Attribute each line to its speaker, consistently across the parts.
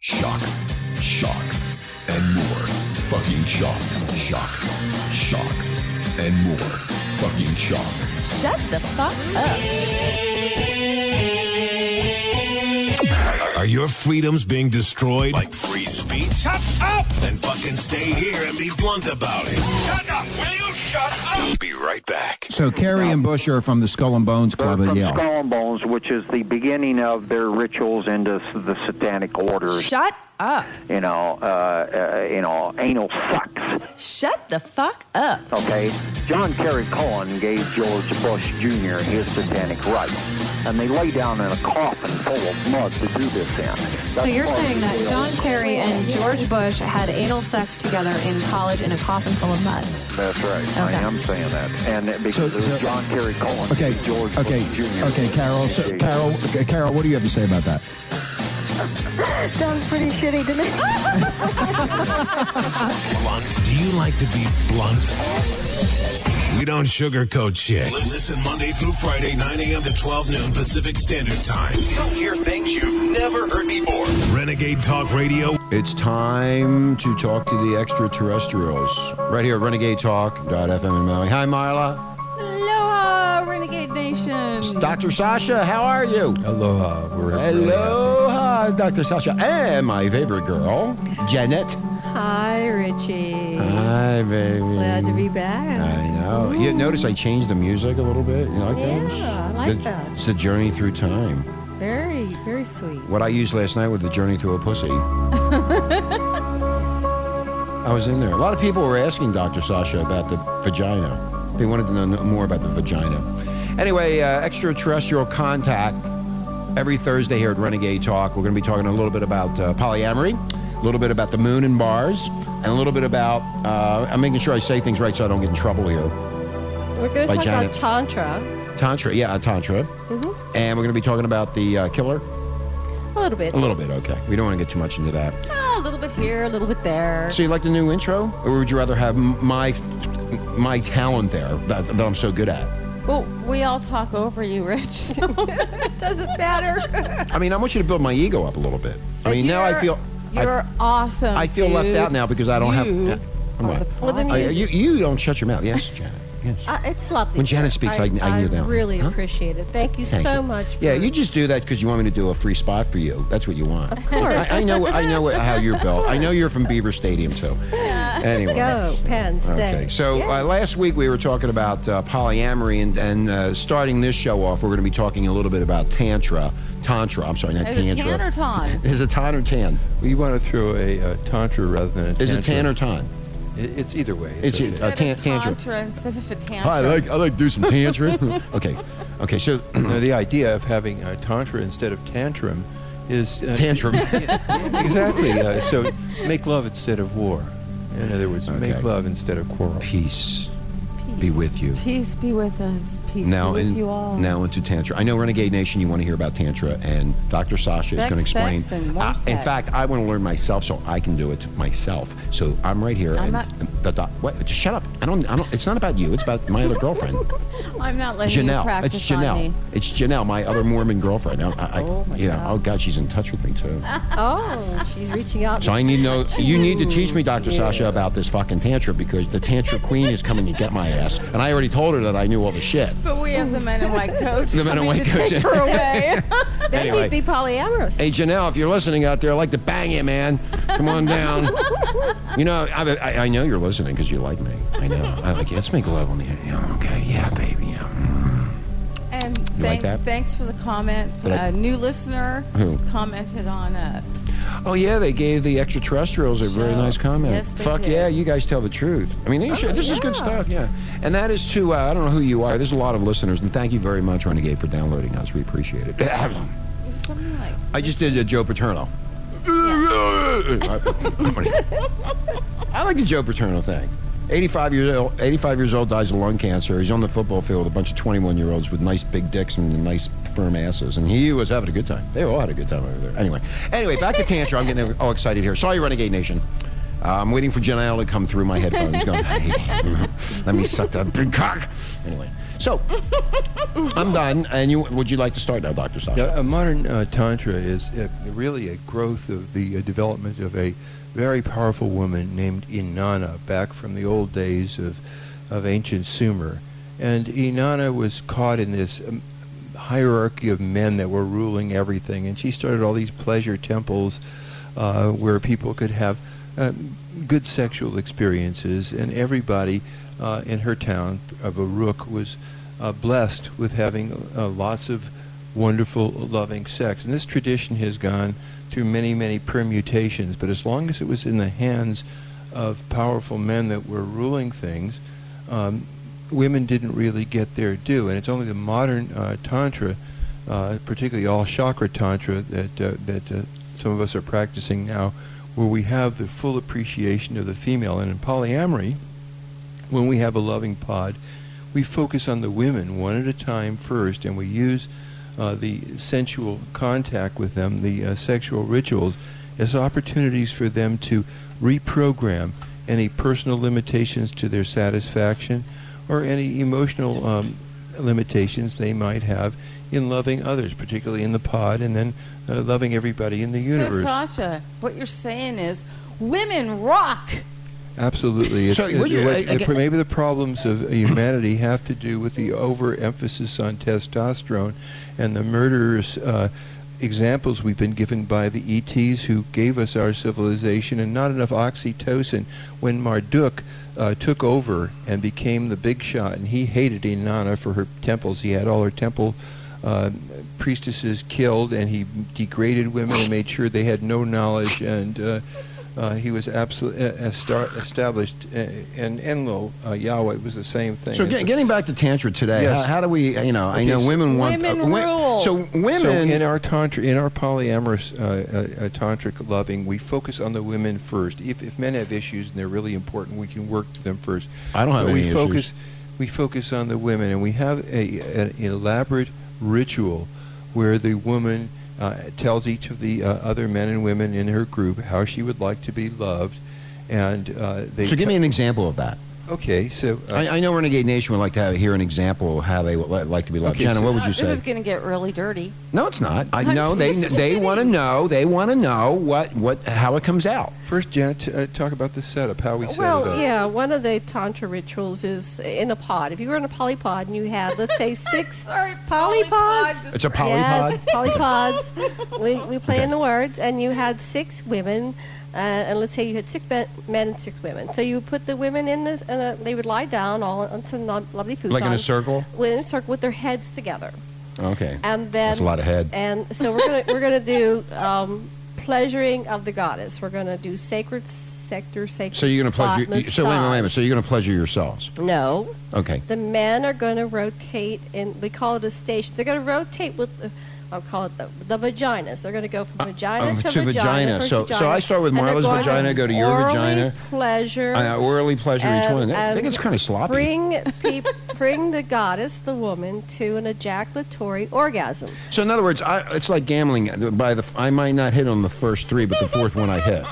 Speaker 1: shock, shock, and more. Fucking shock, shock, shock, and more. Fucking shock.
Speaker 2: Shut the fuck up.
Speaker 3: Are your freedoms being destroyed? Like free speech? Shut up! Then fucking stay here and be blunt about it. Shut up! Will you shut up? Be right back.
Speaker 4: So Kerry and Bush are from the Skull and Bones
Speaker 5: They're
Speaker 4: Club at
Speaker 5: Uh, from
Speaker 4: Yale.
Speaker 5: Skull and Bones, which is the beginning of their rituals into s- the Satanic orders.
Speaker 2: Shut up.
Speaker 5: You know, uh, uh, you know, anal sucks.
Speaker 2: Shut the fuck up.
Speaker 5: Okay, John Kerry Cohen gave George Bush Jr. his satanic rites, and they lay down in a coffin full of mud to do this in.
Speaker 6: So
Speaker 5: That's
Speaker 6: you're
Speaker 5: part of
Speaker 6: saying
Speaker 5: the
Speaker 6: that
Speaker 5: deal.
Speaker 6: John Kerry and George Bush had anal sex together in college in a coffin full of mud?
Speaker 5: That's right. I
Speaker 6: Okay.
Speaker 5: am saying that, and it- because
Speaker 4: So-
Speaker 5: it was
Speaker 4: so-
Speaker 5: John Kerry Cohen,
Speaker 4: Okay,
Speaker 5: George
Speaker 4: okay,
Speaker 5: Bush Jr.
Speaker 4: okay, Carol. So,
Speaker 5: Yeah.
Speaker 4: Carol, okay, Carol, what do you have to say about that?
Speaker 7: Sounds pretty shitty to me.
Speaker 3: Blunt? Do you like to be blunt? We don't sugarcoat shit. Listen Monday through Friday, 9 a.m. to 12 noon Pacific Standard Time.
Speaker 8: You'll hear things you've never heard before.
Speaker 3: Renegade Talk Radio.
Speaker 9: It's time to talk to the extraterrestrials. Right here at renegadetalk.fm in Maui. Hi, Marla.
Speaker 6: Aloha, Renegade Nation.
Speaker 9: It's Dr. Sasha, how are you?
Speaker 4: Oh,
Speaker 10: Aloha. We're
Speaker 9: Aloha, Dr. Sasha. And my favorite girl, Janet.
Speaker 7: Hi, Richie.
Speaker 9: Hi, baby.
Speaker 7: Glad to be back.
Speaker 9: I know. You notice I changed the music a little bit. You like that?
Speaker 7: Yeah, I like that.
Speaker 9: It's the journey through time.
Speaker 7: Very, very sweet.
Speaker 9: What I used last night was the journey through a pussy. I was in there. A lot of people were asking Dr. Sasha about the vagina. They wanted to know no- more about the vagina. Anyway, uh, extraterrestrial contact every Thursday here at Renegade Talk. We're going to be talking a little bit about uh, polyamory, a little bit about the moon and bars, and a little bit about. Uh, I'm making sure I say things right so I don't get in trouble here.
Speaker 7: We're going
Speaker 9: By
Speaker 7: to talk
Speaker 9: Janet.
Speaker 7: about Tantra
Speaker 9: Tantra, yeah, Tantra.
Speaker 2: Mm-hmm.
Speaker 9: And we're going to be talking about the uh, killer.
Speaker 7: a little bit.
Speaker 9: A little bit, okay. We don't want to get too much into that.
Speaker 7: Ah,
Speaker 2: Oh,
Speaker 7: a little bit here, a little bit there.
Speaker 9: So you like the new intro, or would you rather have m- my my talent there that, that I'm so good at?
Speaker 2: Well, we all talk over you, Rich. So it doesn't matter.
Speaker 9: I mean, I want you to build my ego up a little bit. I mean, now I
Speaker 2: You're-
Speaker 9: feel I,
Speaker 2: You're awesome.
Speaker 9: I feel left
Speaker 2: dude.
Speaker 9: out now because I don't have.
Speaker 2: You
Speaker 9: Yeah, I'm
Speaker 2: are
Speaker 9: what?
Speaker 2: the
Speaker 7: Well, then
Speaker 9: Oh, yeah,
Speaker 7: music.
Speaker 9: you you don't shut your mouth. Yes, Janet. Yes.
Speaker 7: Uh, it's lovely.
Speaker 9: When Janet speaks, I- I hear that.
Speaker 7: really
Speaker 9: Huh?
Speaker 7: appreciate it. Thank you
Speaker 9: Thank
Speaker 7: so
Speaker 9: you.
Speaker 7: much.
Speaker 9: Yeah,
Speaker 7: for-
Speaker 9: you just do that because you want me to do a free spot for you. That's what you want. Of
Speaker 7: course.
Speaker 9: I, I know. I know how you're built. I know you're from Beaver Stadium too. Anyway.
Speaker 7: go, Penn State.
Speaker 9: Okay, so uh, last week we were talking about uh, polyamory, and, and uh, starting this show off, we're going to be talking a little bit about tantra. Tantra, I'm sorry, not
Speaker 2: Is it
Speaker 9: tantra.
Speaker 2: tan or ton?
Speaker 9: Is it tan or tan?
Speaker 10: We want to throw a uh, tantra rather than a
Speaker 9: Is it tan or tan?
Speaker 10: It- It's either way.
Speaker 9: It's
Speaker 10: okay.
Speaker 9: either-
Speaker 2: Instead
Speaker 9: Oh, tan-
Speaker 2: of
Speaker 9: tantra.
Speaker 2: tantra instead of a tantra.
Speaker 9: I like I like do some tantra. okay, okay, so
Speaker 10: No, the idea of having a tantra instead of tantrum is uh,
Speaker 9: tantrum.
Speaker 10: exactly. Uh, so make love instead of war. In other words,
Speaker 9: Okay.
Speaker 10: make love instead of quarrel.
Speaker 9: Peace, be with you.
Speaker 2: Peace be with us. Peace
Speaker 9: now
Speaker 2: be with
Speaker 9: in-
Speaker 2: you all.
Speaker 9: now into tantra. I know Renegade Nation. You want to hear about tantra, and Dr. Sasha is
Speaker 2: Sex,
Speaker 9: going to explain.
Speaker 2: sex, and more
Speaker 9: I- in
Speaker 2: sex.
Speaker 9: fact, I want to learn myself so I can do it myself. So I'm right here.
Speaker 2: I'm
Speaker 9: and,
Speaker 2: not-
Speaker 9: and the doc, what? Just shut up. I don't. I don't. It's not about you. It's about my other girlfriend,
Speaker 2: I'm not letting you
Speaker 9: Janelle.
Speaker 2: practice
Speaker 9: It's
Speaker 2: on
Speaker 9: Janelle.
Speaker 2: me.
Speaker 9: It's Janelle, my other Mormon girlfriend. I, I, oh my yeah. God. Oh God, she's in touch with me too.
Speaker 7: Oh, she's reaching out.
Speaker 9: So I need to know. You need to teach me, Dr. Sasha, about this fucking tantra because the tantra queen is coming to get my ass, and I already told her that I knew all the shit.
Speaker 2: But we have the men in white coats.
Speaker 9: The men in
Speaker 2: coming
Speaker 9: white
Speaker 2: to
Speaker 9: coats,
Speaker 2: Take
Speaker 9: yeah.
Speaker 2: her away.
Speaker 7: then
Speaker 9: anyway.
Speaker 7: you'd be polyamorous.
Speaker 9: Hey Janelle, if you're listening out there, I'd like to bang you, man. Come on down. you know, I, I, I know you're listening because you like me. I know. I like you. Let's make love on the air. Yeah, okay, yeah, baby. Yeah.
Speaker 2: and
Speaker 9: You like
Speaker 2: thanks,
Speaker 9: that?
Speaker 2: thanks for the comment.
Speaker 9: Did I-
Speaker 2: A new listener
Speaker 9: Who?
Speaker 2: commented on uh,
Speaker 9: Oh yeah, they gave the extraterrestrials a very
Speaker 2: Sure.
Speaker 9: nice comment.
Speaker 2: Yes, they
Speaker 9: Fuck
Speaker 2: did. Oh,
Speaker 9: yeah, you guys tell the truth. I mean, they should- this is good stuff. Yeah, and that is to uh, I don't know who you are. There's a lot of listeners, and thank you very much, Renegade, for downloading us. We appreciate it.
Speaker 2: it was something like
Speaker 9: I just did a Joe Paterno. I like the Joe Paterno thing. 85 years old. 85 years old dies of lung cancer. He's on the football field with a bunch of 21 year olds with nice big dicks and nice firm asses, and he was having a good time. They all had a good time over there. Anyway, anyway, back to tantra. I'm getting all excited here. Sorry, Renegade Nation. Uh, I'm waiting for Janelle to come through my headphones. Going, hey, let me suck that big cock. Anyway, So, I'm done. And you, would you like to start now, Dr. Sasha?
Speaker 10: Now, uh, modern uh, tantra is uh, really a growth of the uh, development of a very powerful woman named Inanna, back from the old days of of ancient Sumer, and Inanna was caught in this um, hierarchy of men that were ruling everything, and she started all these pleasure temples uh, where people could have uh, good sexual experiences, and everybody uh, in her town of Uruk was uh, blessed with having uh, lots of wonderful, loving sex. And this tradition has gone through many, many permutations, but as long as it was in the hands of powerful men that were ruling things, um, women didn't really get their due. And it's only the modern uh, Tantra, uh, particularly all chakra Tantra, that, uh, that uh, some of us are practicing now, where we have the full appreciation of the female. And in polyamory, when we have a loving pod, we focus on the women one at a time first, and we use uh, the sensual contact with them, the uh, sexual rituals, as opportunities for them to reprogram any personal limitations to their satisfaction or any emotional um, limitations they might have in loving others, particularly in the pod, and then uh, loving everybody in the universe.
Speaker 2: So, Sasha, what you're saying is women rock.
Speaker 10: Absolutely. It's,
Speaker 9: So,
Speaker 10: it-
Speaker 9: would you-
Speaker 10: what-
Speaker 9: I- I
Speaker 10: the-
Speaker 9: get-
Speaker 10: maybe the problems of humanity have to do with the overemphasis on testosterone and the murderous uh, examples we've been given by the ETs who gave us our civilization and not enough oxytocin when Marduk uh, took over and became the big shot. And he hated Inanna for her temples. He had all her temple uh, priestesses killed and he degraded women and made sure they had no knowledge and. Uh, uh, he was absolutely established, uh, and Enlil uh, Yahweh was the same thing.
Speaker 9: So
Speaker 10: It's
Speaker 9: get,
Speaker 10: a-
Speaker 9: getting back to tantra today,
Speaker 10: Yes.
Speaker 9: how, how do we? uh, You know, I
Speaker 10: Okay,
Speaker 9: know
Speaker 10: so-
Speaker 9: women want
Speaker 2: Women
Speaker 9: uh, wi-
Speaker 2: rule.
Speaker 9: So women,
Speaker 10: So in our tantra, in our polyamorous uh, uh, uh, tantric loving, we focus on the women first. If, if men have issues and they're really important, we can work to them first.
Speaker 9: I don't have
Speaker 10: But we
Speaker 9: any issues.
Speaker 10: focus, We focus on the women, and we have a, an elaborate ritual where the woman uh, tells each of the uh, other men and women in her group how she would like to be loved, and uh, they.
Speaker 9: so give me an example of that.
Speaker 10: Okay, so uh,
Speaker 9: I, I know Renegade Nation would like to have, hear an example of how they would li- like to be loved.
Speaker 10: Okay,
Speaker 9: Jenna,
Speaker 10: so-
Speaker 9: what would you
Speaker 2: Uh, This
Speaker 9: say?
Speaker 2: is going to get really dirty.
Speaker 9: no, it's not. I
Speaker 2: I'm
Speaker 9: know they
Speaker 2: just
Speaker 9: they
Speaker 2: kidding.
Speaker 9: want to know. They want to know what what how it comes out.
Speaker 10: first, Janet, t- uh, talk about the setup, how we set it up.
Speaker 7: Well, yeah, one of the tantra rituals is in a pod. If you were in a polypod and you had, let's say, six
Speaker 2: Sorry,
Speaker 7: polypods.
Speaker 9: It's a polypod.
Speaker 7: Yes, polypods. we, we play in the words, and you had six women, uh, and let's say you had six men, men and six women. So you put the women in, this, and uh, they would lie down all on some lo- lovely food.
Speaker 9: Like in a circle?
Speaker 7: In a circle with their heads together,
Speaker 9: Okay.
Speaker 7: and then
Speaker 9: That's a lot of head.
Speaker 7: And so we're gonna we're gonna do um, pleasuring of the goddess. We're gonna do sacred sector, sacred.
Speaker 9: So you're gonna
Speaker 7: spot
Speaker 9: pleasure. you- So wait a minute, wait a minute.
Speaker 7: massage.
Speaker 9: So you're gonna pleasure yourselves.
Speaker 7: No,
Speaker 9: Okay.
Speaker 7: the men are going to rotate, and we call it a station. They're going to rotate with, uh, I'll call it the, the vaginas. They're going to go from vagina
Speaker 9: um,
Speaker 7: to,
Speaker 9: to vagina.
Speaker 7: for
Speaker 9: So- so I start with
Speaker 7: and they're
Speaker 9: Marla's
Speaker 7: going
Speaker 9: vagina, go to your
Speaker 7: orally
Speaker 9: vagina.
Speaker 7: Pleasure.
Speaker 9: I Uh, orally pleasure each
Speaker 7: and-
Speaker 9: one. I think
Speaker 7: and
Speaker 9: it's kind of sloppy.
Speaker 7: um, Bring, peop bring the goddess, the woman, to an ejaculatory orgasm.
Speaker 9: So in other words, I, it's like gambling. By the, I might not hit on the first three, but the fourth one I hit.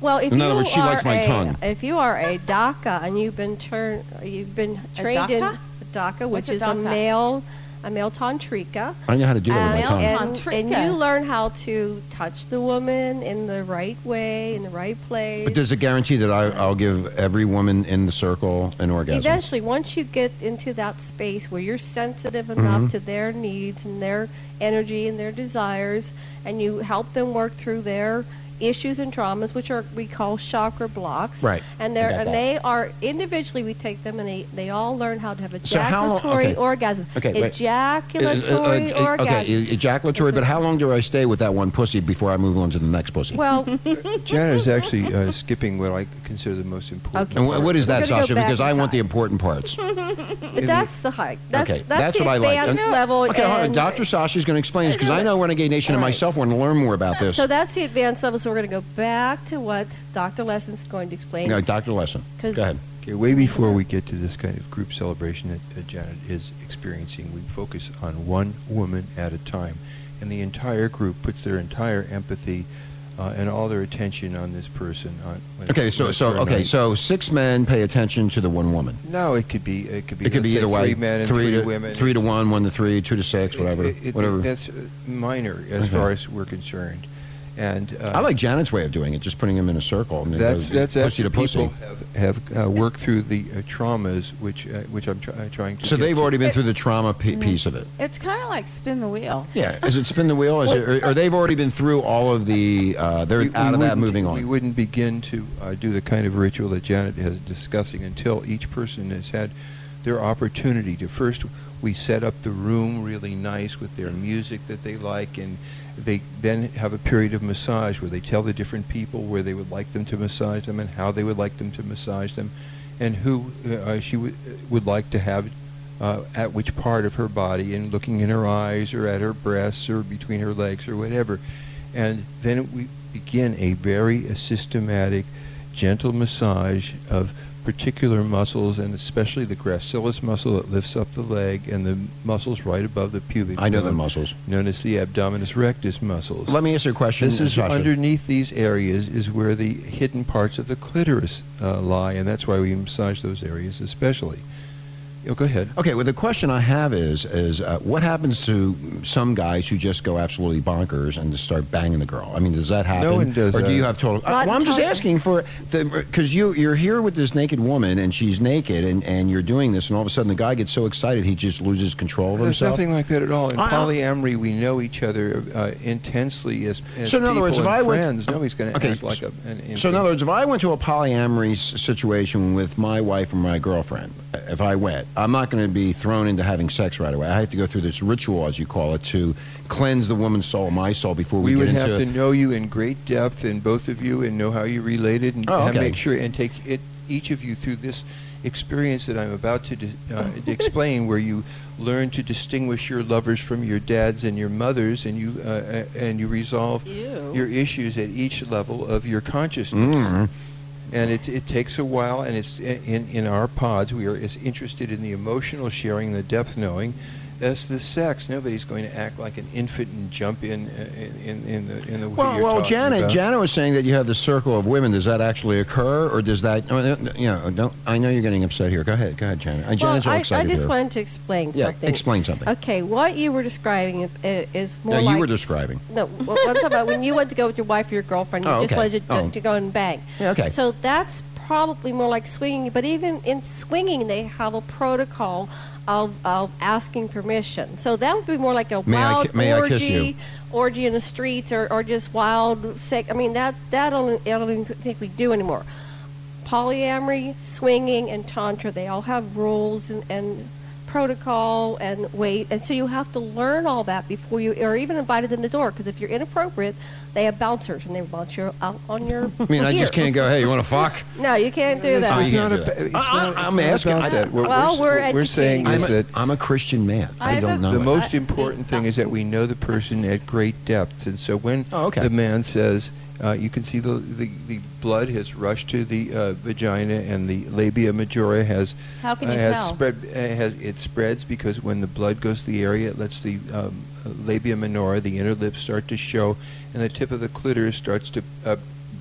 Speaker 7: Well, if
Speaker 9: In
Speaker 7: you
Speaker 9: other words, she
Speaker 7: are
Speaker 9: likes my
Speaker 7: a,
Speaker 9: tongue.
Speaker 7: If you are a DACA and you've been turned, you've been
Speaker 2: A
Speaker 7: trained
Speaker 2: DACA?
Speaker 7: in DACA, which
Speaker 2: What's a
Speaker 7: is a
Speaker 2: DACA?
Speaker 7: male, a male tantrika.
Speaker 9: I know how to do it with my
Speaker 2: Male
Speaker 9: tongue.
Speaker 7: and,
Speaker 2: tongue.
Speaker 7: and
Speaker 2: Tantrika.
Speaker 7: you learn how to touch the woman in the right way, in the right place.
Speaker 9: But does it guarantee that I, I'll give every woman in the circle an orgasm?
Speaker 7: Eventually, once you get into that space where you're sensitive enough
Speaker 9: Mm-hmm.
Speaker 7: to their needs and their energy and their desires, and you help them work through their issues and traumas, which are we call chakra blocks,
Speaker 9: Right.
Speaker 7: And
Speaker 9: I
Speaker 7: they're
Speaker 9: got
Speaker 7: and
Speaker 9: that.
Speaker 7: they are individually we take them and they, they all learn how to have
Speaker 9: So how long-
Speaker 7: ejaculatory
Speaker 9: okay.
Speaker 7: orgasm,
Speaker 9: Okay, wait.
Speaker 7: ejaculatory
Speaker 9: Uh, uh, uh,
Speaker 7: orgasm.
Speaker 9: Okay, e- ejaculatory. But how long do I stay with that one pussy before I move on to the next pussy?
Speaker 7: Well,
Speaker 10: Janet is actually uh, skipping what I consider the most important.
Speaker 7: Okay,
Speaker 9: and wh-
Speaker 7: so
Speaker 9: what is that,
Speaker 7: we're gonna go
Speaker 9: Sasha?
Speaker 7: back
Speaker 9: Because
Speaker 7: in
Speaker 9: I want the
Speaker 7: time.
Speaker 9: important parts.
Speaker 10: In the-
Speaker 7: that's the high. That's
Speaker 9: okay,
Speaker 7: that's,
Speaker 9: that's
Speaker 7: the
Speaker 9: what I like.
Speaker 7: advanced
Speaker 9: And-
Speaker 7: level.
Speaker 9: okay, hold on.
Speaker 7: and-
Speaker 9: Dr. Sasha's going to explain this because I know Renegade Nation and
Speaker 7: All right.
Speaker 9: myself want to learn more about this.
Speaker 7: So that's the advanced level. So we're going to go back to what Dr. Lesson's going to explain.
Speaker 9: No, Dr. Lesson, go
Speaker 7: 'Cause-
Speaker 9: ahead.
Speaker 10: Okay, way before we get to this kind of group celebration that uh, Janet is experiencing, we focus on one woman at a time. And the entire group puts their entire empathy, uh, and all their attention on this person. On, when
Speaker 9: Okay,
Speaker 10: it's
Speaker 9: so so
Speaker 10: whether or
Speaker 9: okay,
Speaker 10: not-
Speaker 9: so six men pay attention to the one woman.
Speaker 10: no, it could be it could be
Speaker 9: It could
Speaker 10: let's
Speaker 9: be
Speaker 10: say
Speaker 9: either way.
Speaker 10: three men and
Speaker 9: three
Speaker 10: three,
Speaker 9: to
Speaker 10: women,
Speaker 9: three to one, one to three, two to six, whatever,
Speaker 10: It- it-
Speaker 9: whatever.
Speaker 10: That's uh, minor as
Speaker 9: Okay.
Speaker 10: far as we're concerned, and uh,
Speaker 9: I like Janet's way of doing it, just putting them in a circle. I mean, it
Speaker 10: that's
Speaker 9: goes
Speaker 10: that's
Speaker 9: pussy to
Speaker 10: after
Speaker 9: pussy.
Speaker 10: people have, have uh, worked through the uh, traumas which uh, which I'm try- trying to.
Speaker 9: So
Speaker 10: get
Speaker 9: they've
Speaker 10: to.
Speaker 9: already been through the trauma p- piece of it.
Speaker 2: It's kind of like spin the wheel.
Speaker 9: Yeah, is it spin the wheel? Is it, or, or they've already been through all of the? Uh, they're
Speaker 10: We- we
Speaker 9: out of that,
Speaker 10: wouldn't-
Speaker 9: moving
Speaker 10: We
Speaker 9: on.
Speaker 10: wouldn't begin to uh, do the kind of ritual that Janet is discussing until each person has had their opportunity to first we set up the room really nice with their music that they like and they then have a period of massage where they tell the different people where they would like them to massage them and how they would like them to massage them and who uh, she w- would like to have uh, at which part of her body and looking in her eyes or at her breasts or between her legs or whatever. And then we begin a very systematic, gentle massage of particular muscles and especially the gracilis muscle that lifts up the leg and the muscles right above the pubic.
Speaker 9: I know the
Speaker 10: bone,
Speaker 9: muscles.
Speaker 10: Known as the abdominus rectus muscles.
Speaker 9: Let me ask you a question.
Speaker 10: This is
Speaker 9: Sasha.
Speaker 10: underneath these areas is where the hidden parts of the clitoris uh, lie, and that's why we massage those areas especially. Oh, go ahead.
Speaker 9: Okay, well, the question I have is, is uh, what happens to some guys who just go absolutely bonkers and just start banging the girl? I mean, does that happen?
Speaker 10: one does
Speaker 9: Or do
Speaker 10: that.
Speaker 9: you have total? I,
Speaker 7: Not
Speaker 9: well, I'm just
Speaker 7: totally.
Speaker 9: asking for because you you're here with this naked woman and she's naked and, and you're doing this and all of a sudden the guy gets so excited he just loses control of
Speaker 10: There's
Speaker 9: himself.
Speaker 10: nothing like that at all. In
Speaker 9: I- I-
Speaker 10: polyamory, we know each other uh, intensely as, as
Speaker 9: So in other
Speaker 10: people
Speaker 9: words, if
Speaker 10: and
Speaker 9: I went-
Speaker 10: friends. Nobody's going to
Speaker 9: Okay,
Speaker 10: act like a. An, an
Speaker 9: So in other words, if I went to a polyamory s- situation with my wife or my girlfriend, uh, if I went, I'm not going to be thrown into having sex right away. I have to go through this ritual, as you call it, to cleanse the woman's soul, my soul, before we,
Speaker 10: we would
Speaker 9: get
Speaker 10: have
Speaker 9: into
Speaker 10: to know you in great depth, and both of you, and know how you related, and,
Speaker 9: Oh,
Speaker 10: and
Speaker 9: okay.
Speaker 10: make sure and take it each of you through this experience that I'm about to dis- uh, explain, where you learn to distinguish your lovers from your dads and your mothers, and you uh, a- and you resolve
Speaker 2: Ew.
Speaker 10: your issues at each level of your consciousness.
Speaker 9: Mm-hmm.
Speaker 10: and it, it takes a while and it's in, in our pods we are as interested in the emotional sharing the depth knowing as the sex nobody's going to act like an infant and jump in uh, in, in, in the in the way
Speaker 9: Well,
Speaker 10: you're
Speaker 9: well,
Speaker 10: talking
Speaker 9: Janet,
Speaker 10: about.
Speaker 9: Janet was saying that you have the circle of women. Does that actually occur, or does that? oh, no, no, You know, don't. I know you're getting upset here. Go ahead, go ahead, Janet. Uh, Janet's all
Speaker 7: well, I, I
Speaker 9: excited
Speaker 7: just
Speaker 9: here.
Speaker 7: wanted to explain
Speaker 9: yeah,
Speaker 7: something.
Speaker 9: explain something.
Speaker 7: Okay, what you were describing i- i- is more
Speaker 9: No, you
Speaker 7: like
Speaker 9: were describing.
Speaker 7: No, wh- what I'm talking about when you went to go with your wife or your girlfriend, you
Speaker 9: Oh,
Speaker 7: just
Speaker 9: okay.
Speaker 7: wanted to,
Speaker 9: Oh.
Speaker 7: to go and bang.
Speaker 9: Yeah, okay.
Speaker 7: So that's probably more like swinging. But even in swinging, they have a protocol of, of asking permission. So that would be more like a
Speaker 9: May I
Speaker 7: wild
Speaker 9: ki- may I
Speaker 7: orgy,
Speaker 9: kiss you?
Speaker 7: orgy in the streets, or, or just wild sex. I mean, that that only, I don't even think we do anymore. Polyamory, swinging, and tantra, they all have rules and, and protocol and weight. And so you have to learn all that before you are even invited in the door. Because if you're inappropriate, they have bouncers and they bounce you out on your.
Speaker 9: I mean, I just can't go. Hey, you want to fuck?
Speaker 7: No, you can't do
Speaker 10: It's
Speaker 9: Oh,
Speaker 7: that.
Speaker 10: just
Speaker 9: you
Speaker 10: not
Speaker 9: can't do
Speaker 10: ab-
Speaker 9: that.
Speaker 10: it's
Speaker 9: I- I-
Speaker 10: not-
Speaker 9: I'm
Speaker 10: it's
Speaker 9: asking-
Speaker 10: not
Speaker 9: I-
Speaker 10: about that. What
Speaker 7: Well,
Speaker 10: we're,
Speaker 7: we're
Speaker 10: what we're saying
Speaker 9: I'm
Speaker 10: is
Speaker 9: a,
Speaker 10: that
Speaker 9: I'm a Christian man. I,
Speaker 2: I've
Speaker 9: don't
Speaker 2: a-
Speaker 9: know.
Speaker 10: the
Speaker 9: it.
Speaker 10: most
Speaker 2: I-
Speaker 10: important thing is that we know the person at great depth, and so when
Speaker 9: Oh, okay.
Speaker 10: the man says, uh, you can see the, the the blood has rushed to the uh, vagina, and the labia majora has
Speaker 2: How can you
Speaker 10: uh, has
Speaker 2: tell?
Speaker 10: spread uh, has it spreads because when the blood goes to the area, it lets the um, labia minora, the inner lip, start to show, and the tip of the clitoris starts to uh,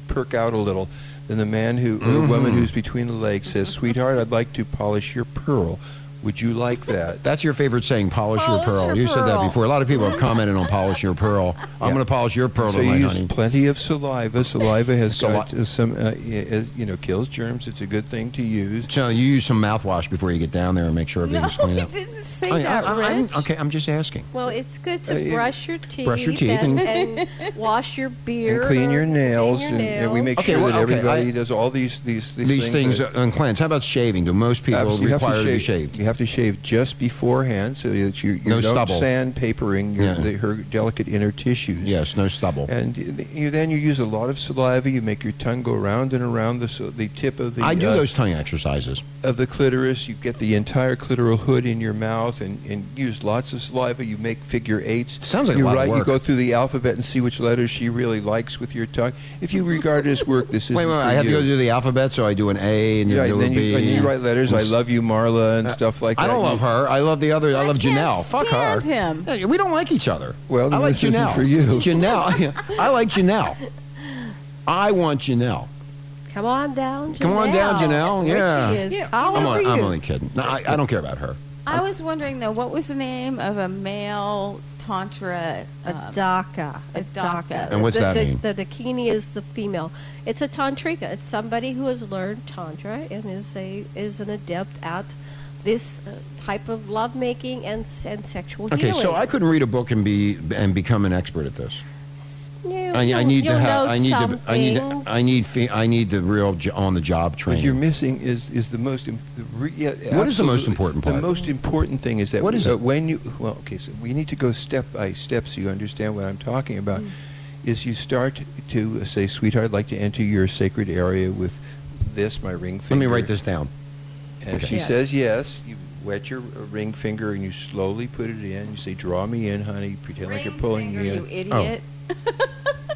Speaker 10: perk out a little. Then the man who or the
Speaker 9: Mm.
Speaker 10: woman who's between the legs says, "Sweetheart, I'd like to polish your pearl. Would you like that?"
Speaker 9: That's your favorite saying, polish, your
Speaker 2: Polish
Speaker 9: pearl.
Speaker 2: your
Speaker 9: you said that
Speaker 2: pearl.
Speaker 9: before. A lot of people have commented on polish your pearl. I'm
Speaker 10: Yeah.
Speaker 9: going to polish your pearl
Speaker 10: So you
Speaker 9: tonight,
Speaker 10: use
Speaker 9: honey.
Speaker 10: plenty of saliva. Saliva has
Speaker 9: Sali-
Speaker 10: got uh, some, uh, y- is- you know, kills germs. It's a good thing to use.
Speaker 9: So you use some mouthwash before you get down there and make sure
Speaker 2: No,
Speaker 9: everything's clean
Speaker 2: I
Speaker 9: up.
Speaker 2: didn't say
Speaker 9: Okay,
Speaker 2: that,
Speaker 9: I- I- I'm-
Speaker 2: Rich.
Speaker 9: okay, I'm just asking.
Speaker 7: Well, it's good
Speaker 10: Uh,
Speaker 7: to
Speaker 10: yeah.
Speaker 7: brush your teeth,
Speaker 9: Brush your teeth
Speaker 7: and,
Speaker 9: and-
Speaker 7: and wash your beard,
Speaker 10: And clean your
Speaker 7: or
Speaker 10: nails,
Speaker 7: Clean
Speaker 10: and,
Speaker 7: your
Speaker 10: and
Speaker 7: nails.
Speaker 10: we make
Speaker 9: Okay,
Speaker 10: sure
Speaker 9: well,
Speaker 10: that
Speaker 9: okay,
Speaker 10: everybody
Speaker 9: I-
Speaker 10: does all these these these,
Speaker 9: These things
Speaker 10: that-
Speaker 9: are uncleansed. How about shaving? Do most people
Speaker 10: Abs- you have to
Speaker 9: require to be
Speaker 10: shave-
Speaker 9: shaved?
Speaker 10: You have to shave just beforehand so that you
Speaker 9: No
Speaker 10: you're not
Speaker 9: stubble.
Speaker 10: sandpapering your,
Speaker 9: Yeah.
Speaker 10: the, her delicate inner tissues.
Speaker 9: Yes, no stubble.
Speaker 10: And you, you- then you use a lot of saliva. You make your tongue go around and around the so the tip of the
Speaker 9: I do
Speaker 10: uh,
Speaker 9: those tongue exercises.
Speaker 10: of the clitoris. You get the entire clitoral hood in your mouth and, and use lots of saliva. You make figure eights.
Speaker 9: Sounds like a
Speaker 10: you
Speaker 9: lot of
Speaker 10: write, You
Speaker 9: work.
Speaker 10: go through the alphabet and see which letters she really likes with your tongue. If you regard it as work, this is
Speaker 9: Wait, wait, wait, I have to go do the alphabet, so I do an A and then
Speaker 10: yeah,
Speaker 9: I do
Speaker 10: and then
Speaker 9: a B.
Speaker 10: you, and you write letters. I
Speaker 9: and-
Speaker 10: love you, Marla, and stuff like
Speaker 9: Uh,
Speaker 10: that.
Speaker 9: I don't
Speaker 10: You-
Speaker 9: love her. I love the other. I,
Speaker 2: I
Speaker 9: love
Speaker 2: can't
Speaker 9: Janelle. Fuck her.
Speaker 2: stand him.
Speaker 9: Yeah, We don't like each other.
Speaker 10: Well,
Speaker 9: I
Speaker 10: then
Speaker 9: like
Speaker 10: this
Speaker 9: Janelle.
Speaker 10: isn't for you.
Speaker 9: Janelle. I like Janelle. I want Janelle.
Speaker 7: Come on down, Janelle.
Speaker 9: Come on down, Janelle.
Speaker 7: There
Speaker 9: Yeah.
Speaker 7: she is.
Speaker 2: Yeah,
Speaker 7: All
Speaker 9: I'm,
Speaker 7: over
Speaker 9: on,
Speaker 7: you.
Speaker 9: I'm only kidding. No, I, I don't care about her.
Speaker 2: I was wondering though, what was the name of a male tantra?
Speaker 7: A
Speaker 2: um,
Speaker 7: daka.
Speaker 2: a daka.
Speaker 9: And what's
Speaker 7: the,
Speaker 9: that
Speaker 7: the,
Speaker 9: mean?
Speaker 7: The dakini is the female. It's a tantrika. It's somebody who has learned tantra and is a is an adept at this uh, type of lovemaking and s- and sexual
Speaker 9: Okay,
Speaker 7: healing.
Speaker 9: so I couldn't read a book and be and become an expert at this.
Speaker 7: You,
Speaker 9: I, I
Speaker 7: you'll-
Speaker 9: need to
Speaker 7: you'll
Speaker 9: have.
Speaker 7: know
Speaker 9: I need to.
Speaker 7: some
Speaker 9: I need.
Speaker 7: things.
Speaker 9: I need. Fe- I need the real j- on the job
Speaker 10: What you're
Speaker 9: training.
Speaker 10: missing is is the most. im- The re, yeah,
Speaker 9: What is the most
Speaker 10: absolutely.
Speaker 9: important part?
Speaker 10: The most important thing is that
Speaker 9: What is
Speaker 10: uh,
Speaker 9: it?
Speaker 10: when you well, okay, so we need to go step by step so you understand what I'm talking about.
Speaker 9: Mm.
Speaker 10: Is you start to uh, say, sweetheart, I'd like to enter your sacred area with this, my ring
Speaker 9: Let
Speaker 10: finger.
Speaker 9: me write this down.
Speaker 10: And if
Speaker 9: Okay.
Speaker 10: she
Speaker 9: Yes.
Speaker 10: says yes, you wet your uh, ring finger and you slowly put it in. You say, draw me in, honey. Pretend like you're pulling
Speaker 2: Ring
Speaker 10: me in.
Speaker 2: finger, you idiot.
Speaker 9: Oh.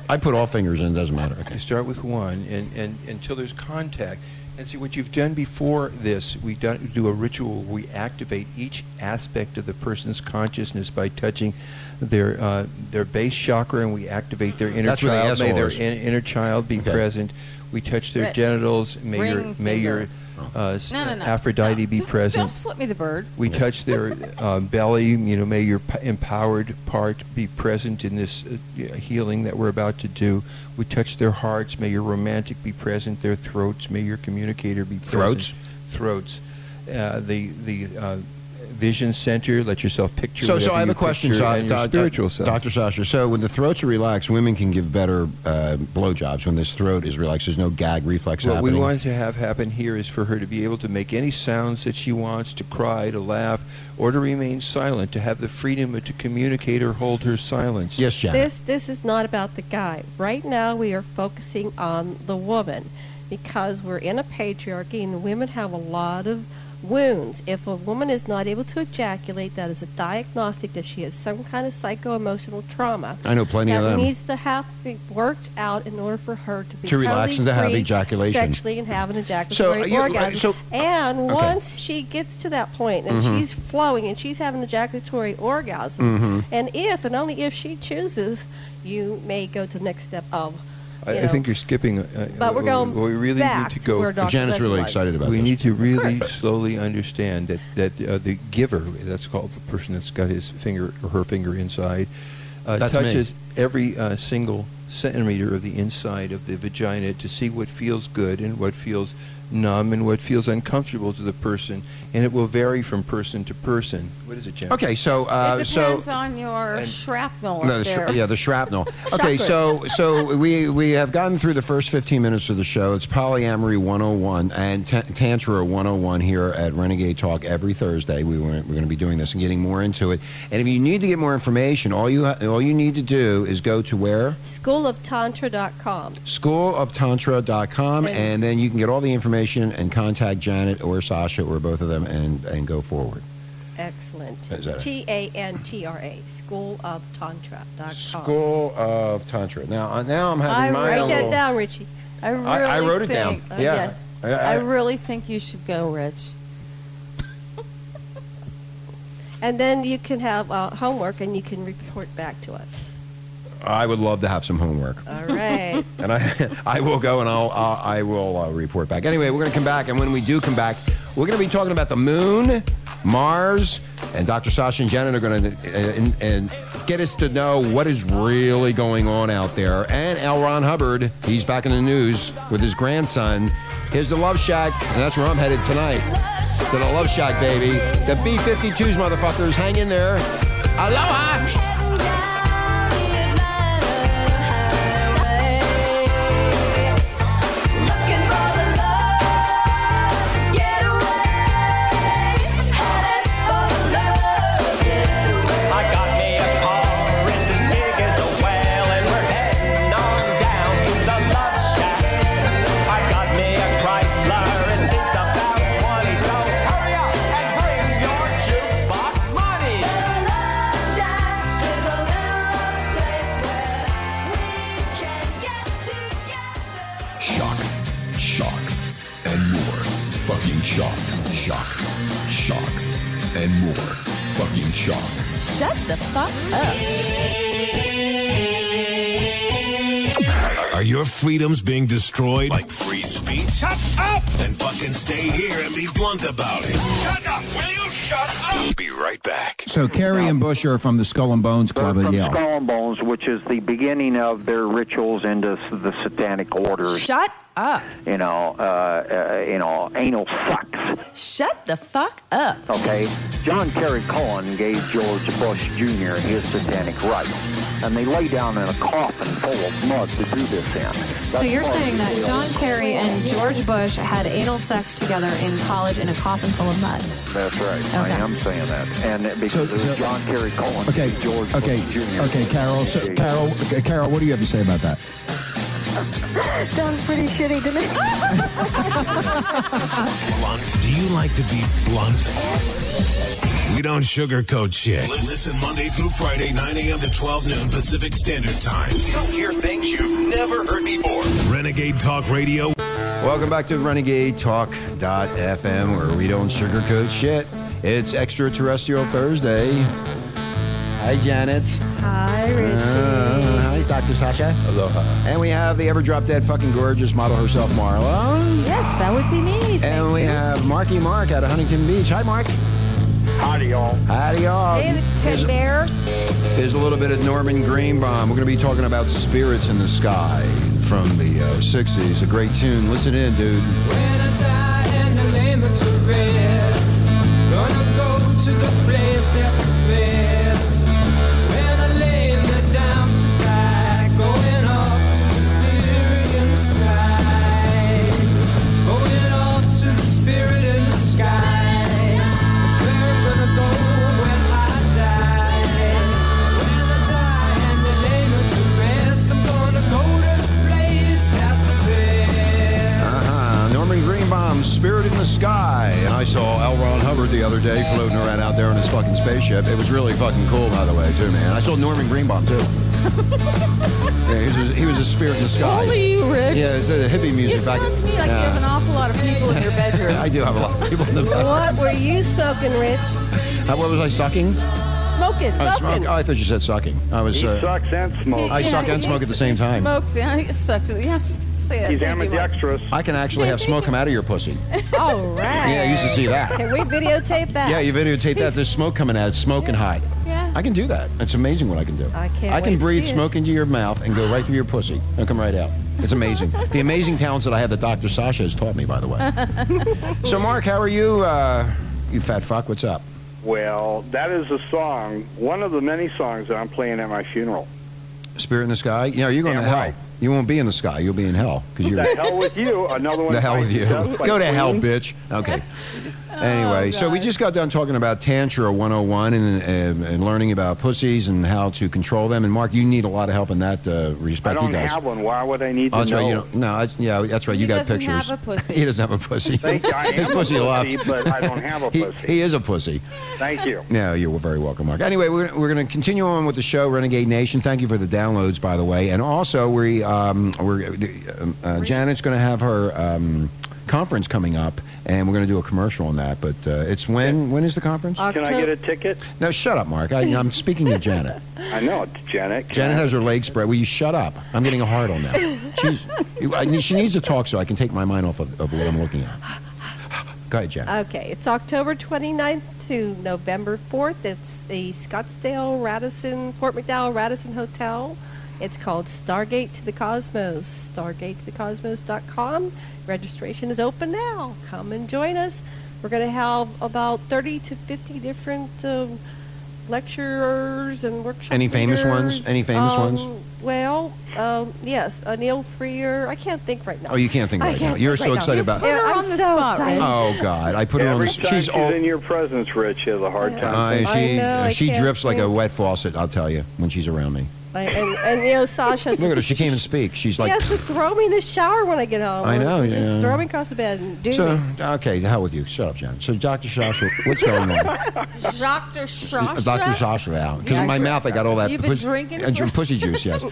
Speaker 9: I put all fingers in. Doesn't matter.
Speaker 10: You
Speaker 9: Okay.
Speaker 10: start with one, and, and until there's contact. And see what you've done before this. We done, do a ritual. We activate each aspect of the person's consciousness by touching their uh, their base chakra, and we activate their inner
Speaker 9: That's where the
Speaker 10: child. May
Speaker 9: asshole
Speaker 10: their
Speaker 9: is.
Speaker 10: in, inner child be
Speaker 9: Okay.
Speaker 10: present. We touch their
Speaker 2: Rich.
Speaker 10: genitals. May your
Speaker 2: Ring
Speaker 10: may your
Speaker 2: finger.
Speaker 10: uh, s-
Speaker 2: No, no, no.
Speaker 10: Aphrodite
Speaker 2: No,
Speaker 10: be
Speaker 2: don't-
Speaker 10: present.
Speaker 2: Don't flip me the bird.
Speaker 10: We touch their um, belly. You know, may your p- empowered part be present in this uh, y- healing that we're about to do. We touch their hearts. May your romantic be present. Their throats. May your communicator be
Speaker 9: Throats?
Speaker 10: present. Throats. Uh, the the uh, vision center. Let yourself picture.
Speaker 9: So, so
Speaker 10: whatever
Speaker 9: I have
Speaker 10: you
Speaker 9: a question,
Speaker 10: picture
Speaker 9: so,
Speaker 10: and your
Speaker 9: Doc-
Speaker 10: spiritual
Speaker 9: uh,
Speaker 10: self.
Speaker 9: Dr. Sasha. So when the throats are relaxed, women can give better uh, blowjobs. When this throat is relaxed, there's no gag reflex
Speaker 10: What
Speaker 9: happening.
Speaker 10: we want to have happen here is for her to be able to make any sounds that she wants, to cry, to laugh, or to remain silent, to have the freedom to communicate or hold her silence.
Speaker 9: yes, Janet.
Speaker 7: This this is not about the guy. Right now we are focusing on the woman because we're in a patriarchy and women have a lot of wounds. If a woman is not able to ejaculate, that is a diagnostic that she has some kind of psycho emotional trauma.
Speaker 9: I know plenty
Speaker 7: that
Speaker 9: of them.
Speaker 7: needs to have to be worked out in order for her to be
Speaker 9: To relax
Speaker 7: totally
Speaker 9: and to have
Speaker 7: free
Speaker 9: ejaculation.
Speaker 7: sexually and have an
Speaker 9: uh,
Speaker 7: ejaculatory
Speaker 9: you- uh,
Speaker 7: orgasm.
Speaker 9: so-
Speaker 7: and
Speaker 9: okay.
Speaker 7: once she gets to that point and
Speaker 10: Mm-hmm.
Speaker 7: she's flowing and she's having ejaculatory orgasms, and if and only if she chooses, you may go to the next step of.
Speaker 10: I,
Speaker 7: you
Speaker 10: I
Speaker 7: know,
Speaker 10: think you're skipping. Uh,
Speaker 7: But we're going
Speaker 10: We really
Speaker 7: back
Speaker 10: need to
Speaker 7: to
Speaker 10: go.
Speaker 7: where Dr.
Speaker 9: Janet's really
Speaker 7: Leslie was.
Speaker 9: excited about
Speaker 10: we
Speaker 9: this.
Speaker 10: need to really
Speaker 7: course.
Speaker 10: slowly understand that that uh, the giver, that's called the person that's got his finger or her finger inside, uh,
Speaker 9: That's me.
Speaker 10: touches every uh, single centimeter of the inside of the vagina to see what feels good and what feels numb and what feels uncomfortable to the person, and it will vary from person to person. What is it, Janet?
Speaker 9: Okay, so uh,
Speaker 2: it
Speaker 9: so
Speaker 2: depends on your
Speaker 10: and-
Speaker 2: shrapnel
Speaker 9: No, the
Speaker 2: up
Speaker 9: sh-
Speaker 2: there.
Speaker 9: yeah, the shrapnel. Okay, so so we we have gotten through the first 15 minutes of the show. It's polyamory 101 and t- tantra 101 here at Renegade Talk every Thursday. We were, we're going to be doing this and getting more into it. And if you need to get more information, all you ha- all you need to do is go to where
Speaker 7: schooloftantra.com.
Speaker 9: schooloftantra.com
Speaker 7: And-
Speaker 9: and then you can get all the information and contact Janet or Sasha or both of them and and go forward.
Speaker 7: Excellent.
Speaker 9: Is that it?
Speaker 7: T A N T R A. Schooloftantra.com.
Speaker 9: School of Tantra. Now uh, now I'm
Speaker 2: Oh. I
Speaker 9: having my
Speaker 2: write
Speaker 9: own
Speaker 7: Write that
Speaker 9: little-
Speaker 7: down, Richie.
Speaker 2: I, really
Speaker 9: I- I wrote it down.
Speaker 2: think- uh,
Speaker 9: Yeah.
Speaker 2: yes.
Speaker 9: I-
Speaker 2: I,
Speaker 9: I-
Speaker 2: really think you should go, Rich.
Speaker 7: And then you can have uh, homework and you can report back to us.
Speaker 9: I would love to have some homework.
Speaker 7: All right.
Speaker 9: and I, I will go and I'll, I'll I will uh, report back. Anyway, we're going to come back, and when we do come back, we're going to be talking about the moon, Mars, and Dr. Sasha and Janet are going to uh, and, and get us to know what is really going on out there. And L. Ron Hubbard, he's back in the news with his grandson. Here's the Love Shack, and that's where I'm headed tonight. To the Love Shack, baby. The B-52s, motherfuckers, hang in there. Aloha!
Speaker 11: I got me a car, it's as big as a whale, and we're heading on down to the love shack. I got me a Chrysler, and it's about 20, so hurry up and bring your jukebox money. The love shack is a little place where we can get together.
Speaker 1: Shock, shock, and more. Fucking shock, shock, shock, and more. Fucking shock.
Speaker 2: Shut the fuck up.
Speaker 3: Are- Are your freedoms being destroyed? Like free speech? Shut up! Then fucking stay here and be blunt about it. Shut up! Will you shut up? Be right back.
Speaker 4: So Carrie and Bush are from the Skull and Bones Club at
Speaker 5: From
Speaker 4: Yale.
Speaker 5: Skull and Bones, which is the beginning of their rituals into s- the satanic orders.
Speaker 2: Shut up.
Speaker 5: You know, uh, uh, you know, anal sex.
Speaker 2: Shut the fuck up.
Speaker 5: Okay, John Kerry Cohen gave George Bush Jr. his satanic rites, and they lay down in a coffin full of mud to do this in.
Speaker 6: So
Speaker 5: That's
Speaker 6: you're
Speaker 5: part of
Speaker 6: saying
Speaker 5: the
Speaker 6: that
Speaker 5: deal.
Speaker 6: John Kerry and George Bush had anal sex together in college in a coffin full of mud.
Speaker 5: That's right. I am saying that, and it- because it was John Kerry Cohen.
Speaker 4: Okay,
Speaker 5: gave George
Speaker 4: okay,
Speaker 5: Bush Jr.
Speaker 4: okay, Carol. So
Speaker 5: his-
Speaker 4: Carol, okay, Carol, what do you have to say about that?
Speaker 12: Sounds pretty shitty to me.
Speaker 3: Blunt. Do you like to be blunt? We don't sugarcoat shit. Listen Monday through Friday, 9 a.m. to 12 noon Pacific Standard Time.
Speaker 8: You'll hear things you've never heard before.
Speaker 3: Renegade Talk Radio.
Speaker 9: Welcome back to RenegadeTalk.fm, where we don't sugarcoat shit. It's Extraterrestrial Thursday. Hi, Janet.
Speaker 7: Hi, Richie.
Speaker 10: Ah.
Speaker 9: Uh, hi, Dr. Sasha. Aloha. And we have the ever drop dead fucking gorgeous model herself, Marla.
Speaker 2: Yes, that would be me.
Speaker 9: And we have Marky Mark out of Huntington Beach. Hi, Mark. Howdy, y'all. Howdy, y'all.
Speaker 2: Hey, the Ted Bear.
Speaker 9: There's a little bit of Norman Greenbaum. We're going to be talking about Spirits in the Sky from the uh, 60s. A great tune. Listen in, dude.
Speaker 11: Gonna go to the place that's the best. When I lay me down to die, going up to the spirit in the sky. Going up to the spirit in the sky. It's where I'm gonna go when I die. When I die and they lay me to rest, I'm gonna go to the place that's the best.
Speaker 9: Uh-huh. Norman Greenbaum, Spirit in the Sky. And I saw L. Ron Hubbard the other day floating around out there on his fucking spaceship. It was really fucking cool, by the way, too, man. I saw Norman Greenbaum, too. yeah, he, was a, he was a spirit in the sky.
Speaker 2: Only you, Rich.
Speaker 9: Yeah, it's a hippie music.
Speaker 2: It
Speaker 9: back-
Speaker 2: sounds to me like you
Speaker 9: Yeah.
Speaker 2: have an awful lot of people in your bedroom.
Speaker 9: I do have a lot of people in the back.
Speaker 7: What were you smoking, Rich?
Speaker 9: Uh, What was I sucking?
Speaker 2: Smoking,
Speaker 9: Oh,
Speaker 2: smoking.
Speaker 9: smoke. Oh, I thought you said sucking. I was.
Speaker 13: He
Speaker 9: uh,
Speaker 13: sucks and smokes.
Speaker 9: I suck and
Speaker 2: he
Speaker 9: smoke at the same
Speaker 2: he
Speaker 9: time.
Speaker 2: Smokes. Yeah, he sucks. Yeah, I'm just say that.
Speaker 13: He's
Speaker 2: Thank you, Mark.
Speaker 13: ambidextrous.
Speaker 9: I can actually have smoke come out of your pussy.
Speaker 7: All right.
Speaker 9: Yeah, I used to see that.
Speaker 7: Can we videotape that?
Speaker 9: Yeah, you videotape that.
Speaker 7: He's-
Speaker 9: There's smoke coming out. It's smoke and hide.
Speaker 7: Yeah.
Speaker 9: I can do that. It's amazing what I can do.
Speaker 7: I can't
Speaker 9: I
Speaker 7: wait
Speaker 9: can
Speaker 7: to
Speaker 9: breathe
Speaker 7: see it.
Speaker 9: smoke into your mouth and go right through your pussy and come right out. It's amazing. the amazing talents that I have that Dr. Sasha has taught me, by the way. so, Mark, how are you? Uh, you fat fuck. What's up?
Speaker 13: Well, that is a song, one of the many songs that I'm playing at my funeral.
Speaker 9: Spirit in the sky? Yeah, you're going to hell. You won't be in the sky. You'll be in hell because you're
Speaker 13: The hell with you. Another one.
Speaker 9: the hell
Speaker 13: by
Speaker 9: with you.
Speaker 13: Death by
Speaker 9: Go to hell,
Speaker 13: Queen. Oh,
Speaker 9: bitch. Okay. Anyway, so we just got done talking about Tantra 101 and, and, and learning about pussies and how to control them. And Mark, you need a lot of help in that uh,
Speaker 13: I
Speaker 9: respect.
Speaker 13: don't
Speaker 9: you guys.
Speaker 13: have one. Why would I need
Speaker 9: Oh,
Speaker 13: to
Speaker 9: that's
Speaker 13: know?
Speaker 9: right. You don't, no, I, yeah, that's right.
Speaker 13: He
Speaker 9: you got
Speaker 13: doesn't
Speaker 9: pictures.
Speaker 13: have a pussy.
Speaker 9: he doesn't have a pussy.
Speaker 13: Thank you. I
Speaker 9: His
Speaker 13: am a
Speaker 9: pussy,
Speaker 13: pussy,
Speaker 9: left.
Speaker 13: but I don't have a
Speaker 9: He-
Speaker 13: pussy.
Speaker 9: he is a pussy.
Speaker 13: Thank you.
Speaker 9: No, you're very welcome, Mark. Anyway, we're, we're going to continue on with the show, Renegade Nation. Thank you for the downloads, by the way. And also, we um, we're the, um, uh, Janet's going to have her um, conference coming up, and we're going to do a commercial on that. But uh, it's when when is the conference?
Speaker 7: Uh,
Speaker 13: Can I get a ticket?
Speaker 9: No, shut up, Mark. I, I'm speaking to Janet.
Speaker 13: I know it's Janet. Can
Speaker 9: Janet
Speaker 13: I-
Speaker 9: has her legs spread. Will you shut up? I'm getting a hard on that. She's, I need- she needs to talk so I can take my mind off of, of what I'm looking at. Go ahead, Janet.
Speaker 7: Okay, it's October 29th to November 4th. It's the Scottsdale Radisson, Fort McDowell Radisson Hotel. It's called Stargate to the Cosmos, stargatetothecosmos.com. Registration is open now. Come and join us. We're going to have about 30 to 50 different um, lecturers and workshops. Um,
Speaker 9: Any famous ones? Any famous ones?
Speaker 7: Well, um, yes, uh, Neil Freer. I can't think right now.
Speaker 9: Oh, you can't think
Speaker 7: I
Speaker 9: right now.
Speaker 7: can't
Speaker 9: You're
Speaker 7: think
Speaker 9: so
Speaker 7: right now.
Speaker 9: excited about-
Speaker 7: Yeah,
Speaker 9: Put her
Speaker 7: I'm
Speaker 2: on the
Speaker 7: so
Speaker 2: spot,
Speaker 7: excited.
Speaker 9: Oh God, I put her on.
Speaker 13: Every
Speaker 9: The,
Speaker 13: time she's,
Speaker 9: she's all.
Speaker 13: in your presence, Rich, she has a hard time.
Speaker 9: Uh, she
Speaker 7: know, I
Speaker 9: she
Speaker 7: can't
Speaker 9: drips like a
Speaker 7: think.
Speaker 9: wet faucet. I'll tell you when she's around me.
Speaker 7: I- and, and you know, Sasha.
Speaker 9: Look at her. She can't even speak. She's like.
Speaker 7: Yes, to throw me in the shower when I get home.
Speaker 9: I know,
Speaker 7: Just
Speaker 9: yeah.
Speaker 7: throw me across the bed and do
Speaker 9: So
Speaker 7: me.
Speaker 9: okay, the hell with you. Shut up, Janet. So Dr. Sasha, what's going on?
Speaker 2: Dr. Shasha.
Speaker 9: Dr. Sasha out because
Speaker 2: Yeah,
Speaker 9: in my
Speaker 2: sure.
Speaker 9: mouth I got all that
Speaker 2: You've been drinking
Speaker 9: uh,
Speaker 2: for-
Speaker 9: pussy juice. Yes.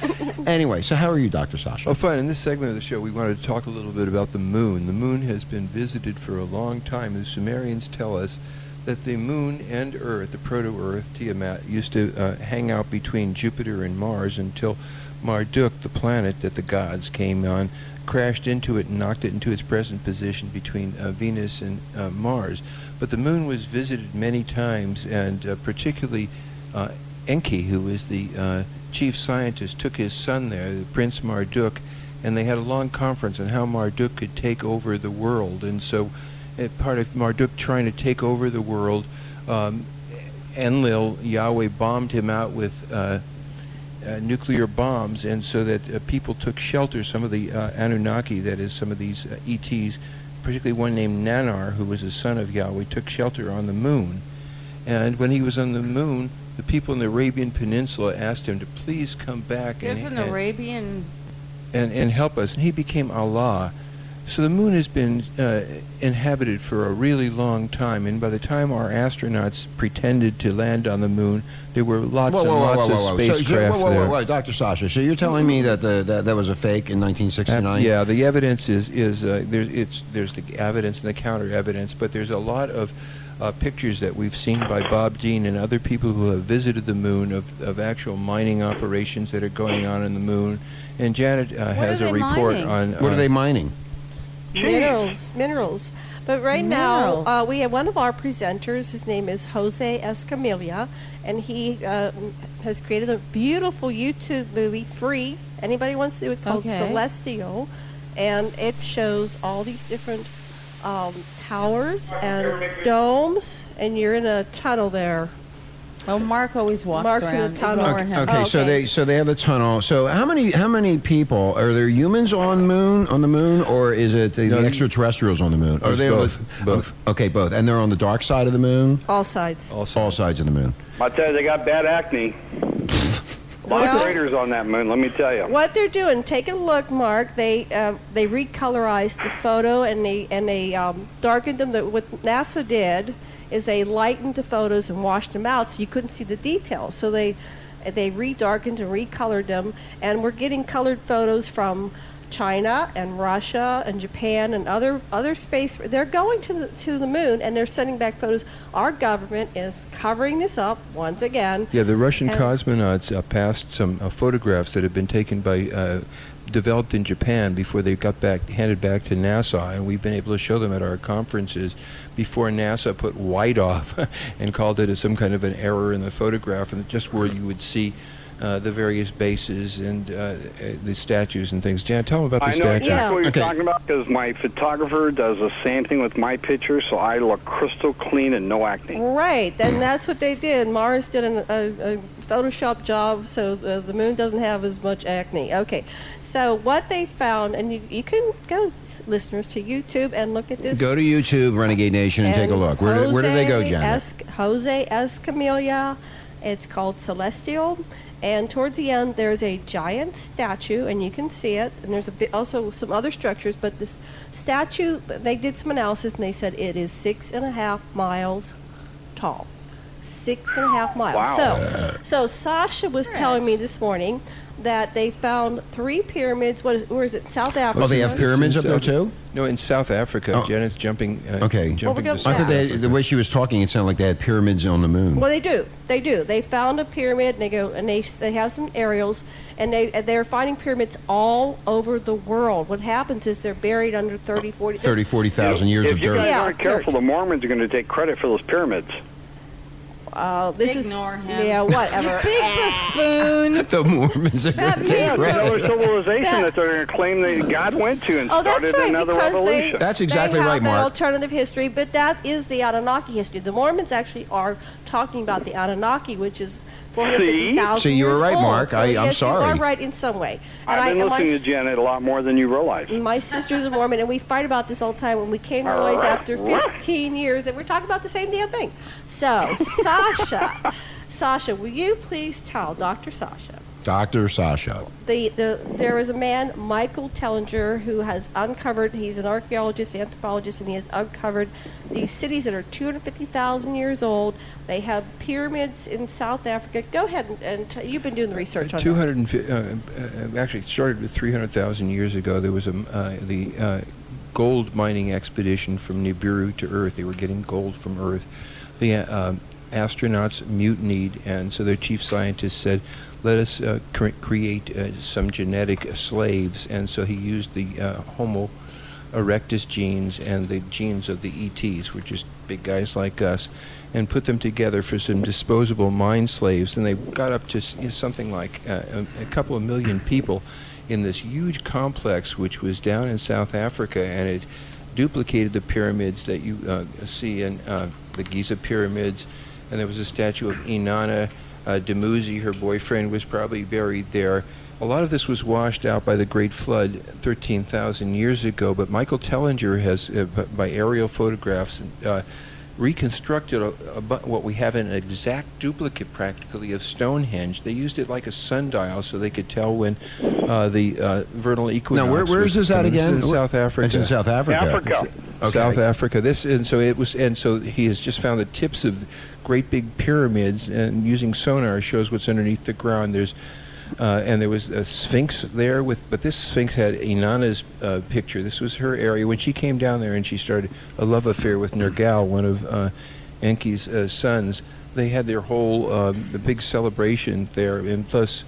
Speaker 9: anyway, so how are you, Dr. Sasha?
Speaker 10: Oh, fun. In this segment of the show, we wanted to talk a little bit about the moon. The moon has been visited for a long time. The Sumerians tell us that the moon and Earth, the proto Earth, Tiamat, used to uh, hang out between Jupiter and Mars until Marduk, the planet that the gods came on, crashed into it and knocked it into its present position between uh, Venus and uh, Mars. But the moon was visited many times, and uh, particularly uh, Enki, who is the uh, chief scientist, took his son there, Prince Marduk, and they had a long conference on how Marduk could take over the world. And so, uh, part of Marduk trying to take over the world, um, Enlil, Yahweh bombed him out with uh, uh, nuclear bombs, and so that uh, people took shelter. Some of the uh, Anunnaki, that is, some of these uh, ETs, particularly one named Nanar, who was a son of Yahweh, took shelter on the moon. And when he was on the moon, the people in the Arabian Peninsula asked him to please come back
Speaker 2: There's
Speaker 10: and,
Speaker 2: an
Speaker 10: and,
Speaker 2: Arabian.
Speaker 10: and, and help us. And he became Allah. So the moon has been uh, inhabited for a really long time, and by the time our astronauts pretended to land on the moon, there were lots
Speaker 9: Whoa,
Speaker 10: and
Speaker 9: whoa, whoa,
Speaker 10: lots
Speaker 9: whoa,
Speaker 10: of
Speaker 9: whoa, whoa. So- so-
Speaker 10: spacecraft
Speaker 9: whoa, whoa,
Speaker 10: there.
Speaker 9: whoa, whoa, Dr. Sasha, so you're telling me that the, that, that was a fake in 1969?
Speaker 10: Uh, yeah, the evidence is is uh, there's it's there's the evidence and the counter evidence, but there's a lot of uh, pictures that we've seen by Bob Dean and other people who have visited the moon of, of actual mining operations that are going on in the moon. And Janet uh, has
Speaker 7: are
Speaker 10: a
Speaker 7: they
Speaker 10: report
Speaker 7: mining?
Speaker 10: on
Speaker 9: What are they mining?
Speaker 7: Minerals, minerals. But right now, uh, we have one of our presenters. His name is Jose Escamilla, and he uh, has created a beautiful YouTube movie, free. Anybody wants to do it called
Speaker 2: Okay.
Speaker 7: Celestial, and it shows all these different um, towers and domes, and you're in a tunnel there.
Speaker 2: Oh, Mark always walks
Speaker 7: Mark's in
Speaker 2: around.
Speaker 7: a tunnel.
Speaker 2: Ignore him.
Speaker 9: Okay, so they so they have a tunnel. So how many how many people are there? Humans on moon on the moon, or is it the,
Speaker 10: No,
Speaker 9: the
Speaker 10: you-
Speaker 9: extraterrestrials on the moon? Are
Speaker 10: It's
Speaker 9: they
Speaker 10: both,
Speaker 9: On the, both? Okay, both, and they're on the dark side of the moon.
Speaker 7: All sides.
Speaker 9: All, sides of the moon.
Speaker 13: I tell you, they got bad acne. A lot of
Speaker 7: Well-
Speaker 13: craters on that moon, let me tell you.
Speaker 7: What they're doing, take a look, Mark. They uh, they recolorized the photo and they and they um, darkened them. That what NASA did is they lightened the photos and washed them out, so you couldn't see the details. So they they redarkened and recolored them, and we're getting colored photos from China and Russia and Japan and other other space. They're going to the, to the moon and they're sending back photos. Our government is covering this up once again.
Speaker 10: Yeah, the Russian
Speaker 7: And-
Speaker 10: cosmonauts uh, passed some uh, photographs that had been taken by, uh, developed in Japan before they got back, handed back to NASA, and we've been able to show them at our conferences before NASA put white off and called it as some kind of an error in the photograph, and just where you would see uh, the various bases and uh, uh, the statues and things. Jan, tell them about the
Speaker 13: I know
Speaker 10: statue.
Speaker 13: exactly what you're talking about because my photographer does the same thing with my pictures, so I look crystal clean and no acne.
Speaker 7: Right, and that's what they did. Mars did an, a, a Photoshop job, so the, the moon doesn't have as much acne. Okay, so what they found, and you, you can go, listeners, to YouTube and look at this.
Speaker 9: Go to YouTube, Renegade Nation, and, take a look. Where do, where do they go,
Speaker 7: Jose
Speaker 9: Janet?
Speaker 7: Es- Jose Escamilla. It's called Celestial. And towards the end, there's a giant statue, and you can see it. And there's a bi- also some other structures, but this statue, they did some analysis, and they said it is six and a half miles tall. Six and a half miles.
Speaker 12: Wow.
Speaker 7: So, so Sasha was telling me this morning that they found three pyramids. What is? Where is it? South Africa.
Speaker 9: Oh, they have
Speaker 10: It's in
Speaker 9: pyramids up there
Speaker 10: South-
Speaker 9: too.
Speaker 10: No, in South Africa,
Speaker 9: Oh.
Speaker 10: Janet's jumping. Uh,
Speaker 9: Okay,
Speaker 10: jumping
Speaker 7: Well,
Speaker 10: to
Speaker 7: we'll
Speaker 9: I
Speaker 10: South
Speaker 7: go
Speaker 9: thought they,
Speaker 10: Africa.
Speaker 9: the way she was talking, it sounded like they had pyramids on the moon.
Speaker 7: Well, they do. They do. They found a pyramid, and they go and they they have some aerials, and they and they're finding pyramids all over the world. What happens is they're buried under uh, 30, 40.
Speaker 9: 30, 40,000 years
Speaker 13: If
Speaker 9: of
Speaker 13: you
Speaker 9: dirt.
Speaker 13: guys
Speaker 7: Yeah,
Speaker 13: aren't careful, the Mormons are going to take credit for those pyramids.
Speaker 7: Uh, this
Speaker 2: Ignore
Speaker 7: is
Speaker 2: him.
Speaker 7: yeah,
Speaker 2: You
Speaker 7: whatever.
Speaker 2: big
Speaker 9: the
Speaker 2: buffoon.
Speaker 9: Mormons are
Speaker 2: That
Speaker 9: going to
Speaker 13: Yeah,
Speaker 9: take
Speaker 13: it's another
Speaker 9: credit.
Speaker 13: civilization
Speaker 7: That-
Speaker 13: that, they're going to claim that God went to and
Speaker 7: Oh, that's
Speaker 13: started
Speaker 7: right.
Speaker 13: another
Speaker 7: because
Speaker 13: revolution.
Speaker 7: They,
Speaker 9: That's
Speaker 7: they
Speaker 9: exactly
Speaker 7: have
Speaker 9: right,
Speaker 7: that
Speaker 9: Mark.
Speaker 7: Alternative history, but that is the Anunnaki history. The Mormons actually are talking about the Anunnaki, which is 450,000
Speaker 9: See, you were
Speaker 7: years
Speaker 9: right,
Speaker 7: old.
Speaker 9: Mark.
Speaker 7: So
Speaker 9: I- I'm
Speaker 7: yes, You are
Speaker 9: sorry.
Speaker 7: right in some way. And
Speaker 13: I've
Speaker 7: I-
Speaker 13: been
Speaker 7: and my
Speaker 13: listening
Speaker 7: s-
Speaker 13: to Janet a lot more than you realize.
Speaker 7: My sister's a Mormon, and we fight about this all the time. When we came to realize after 15 years, and we're talking about the same damn thing. So, Sasha, Sasha, will you please tell Dr. Sasha?
Speaker 9: Dr. Sasha.
Speaker 7: The, the there is a man, Michael Tellinger, who has uncovered. He's an archaeologist, anthropologist, and he has uncovered these cities that are 250,000 years old. They have pyramids in South Africa. Go ahead and, and t- you've been doing the research on that.
Speaker 10: 250, uh, uh, actually it started with 300,000 years ago. There was a, m- uh, the uh, gold mining expedition from Nibiru to Earth. They were getting gold from Earth. The uh, um, astronauts mutinied, and so their chief scientist said, "Let us uh, cre- create uh, some genetic slaves." And so he used the uh, Homo erectus genes and the genes of the ETs, which is big guys like us, and put them together for some disposable mind slaves. And they got up to s- you know, something like uh, a, a couple of million people in this huge complex, which was down in South Africa, and it duplicated the pyramids that you uh, see in uh, the Giza pyramids. And there was a statue of Inanna uh, Dumuzi, her boyfriend, was probably buried there. A lot of this was washed out by the Great Flood 13,000 years ago, but Michael Tellinger has, uh, b- by aerial photographs, uh, reconstructed a, a, bu- what we have an exact duplicate practically of Stonehenge. They used it like a sundial so they could tell when uh, the uh, vernal equinox.
Speaker 9: where- where
Speaker 10: was
Speaker 9: is this at
Speaker 10: coming. This is
Speaker 9: again?
Speaker 10: in
Speaker 9: Wh-
Speaker 10: South Africa.
Speaker 9: It's in South Africa. Africa.
Speaker 10: It's-
Speaker 9: Okay.
Speaker 10: South Africa. This and so it was, and so he has just found the tips of great big pyramids, and using sonar shows what's underneath the ground. There's uh, and there was a sphinx there with, but this sphinx had Inanna's uh, picture. This was her area when she came down there and she started a love affair with Nergal, one of uh, Enki's uh, sons. They had their whole um, the big celebration there, and plus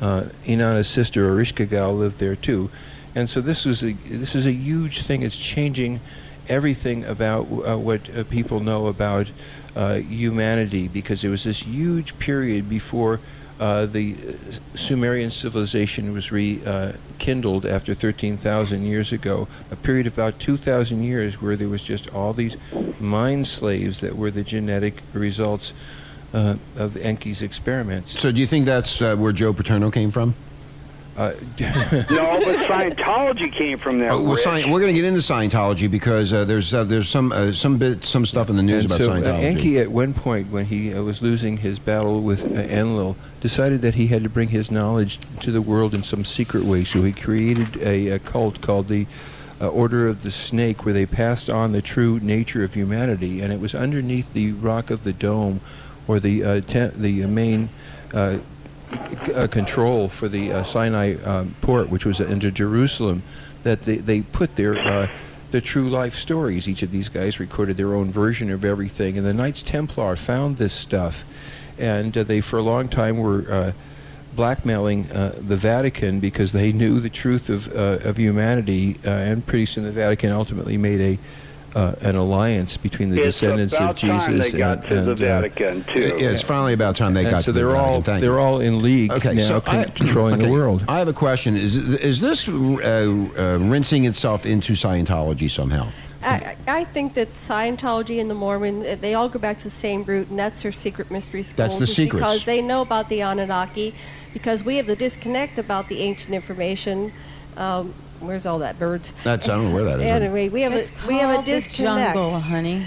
Speaker 10: uh, Inanna's sister Erishkigal lived there too. And so this is a this is a huge thing. It's changing everything about uh, what uh, people know about uh, humanity because there was this huge period before uh, the uh, Sumerian civilization was rekindled after 13,000 years ago, a period of about 2,000 years where there was just all these mind slaves that were the genetic results uh, of Enki's experiments.
Speaker 9: So do you think that's uh, where Joe Paterno came from?
Speaker 10: Uh,
Speaker 13: No, but Scientology came from there.
Speaker 9: Oh, well,
Speaker 13: Rich.
Speaker 9: sci- we're going to get into Scientology because uh, there's uh, there's some uh, some bit some stuff in the news
Speaker 10: and
Speaker 9: about
Speaker 10: so, uh,
Speaker 9: Scientology.
Speaker 10: Enki, at one point, when he uh, was losing his battle with uh, Enlil, decided that he had to bring his knowledge to the world in some secret way. So he created a, a cult called the uh, Order of the Snake, where they passed on the true nature of humanity, and it was underneath the rock of the dome, or the uh, ten- the uh, main. Uh, c- uh, control for the uh, Sinai um, port, which was into Jerusalem, that they, they put their uh, their true life stories. Each of these guys recorded their own version of everything, and the Knights Templar found this stuff, and uh, they for a long time were. Uh, blackmailing uh, the Vatican because they knew the truth of, uh, of humanity, uh, and pretty soon the Vatican ultimately made a uh, an alliance between the
Speaker 13: It's
Speaker 10: descendants of
Speaker 13: about time
Speaker 10: Jesus
Speaker 13: they got
Speaker 10: and,
Speaker 13: to
Speaker 10: and
Speaker 13: the
Speaker 10: uh,
Speaker 13: Vatican too.
Speaker 9: Yeah, it's finally about time they
Speaker 10: And
Speaker 9: got.
Speaker 10: so
Speaker 9: to the
Speaker 10: they're all-
Speaker 9: Vatican. Thank
Speaker 10: they're
Speaker 9: you.
Speaker 10: all in league
Speaker 9: Okay,
Speaker 10: now,
Speaker 9: so
Speaker 10: con- controlling the
Speaker 9: okay,
Speaker 10: world.
Speaker 9: I have a question: Is is this uh, uh, rinsing itself into Scientology somehow?
Speaker 7: I, I I think that Scientology and the Mormon, uh, they all go back to the same root, and that's their secret mystery schools.
Speaker 9: the
Speaker 7: is
Speaker 9: secrets.
Speaker 7: Because they know about the Anunnaki, because we have the disconnect about the ancient information. Um, where's all that birds?
Speaker 9: That's I don't know where that is.
Speaker 7: Anyway, we have
Speaker 2: It's
Speaker 7: a we have a
Speaker 2: called the
Speaker 7: disconnect.
Speaker 2: jungle, honey.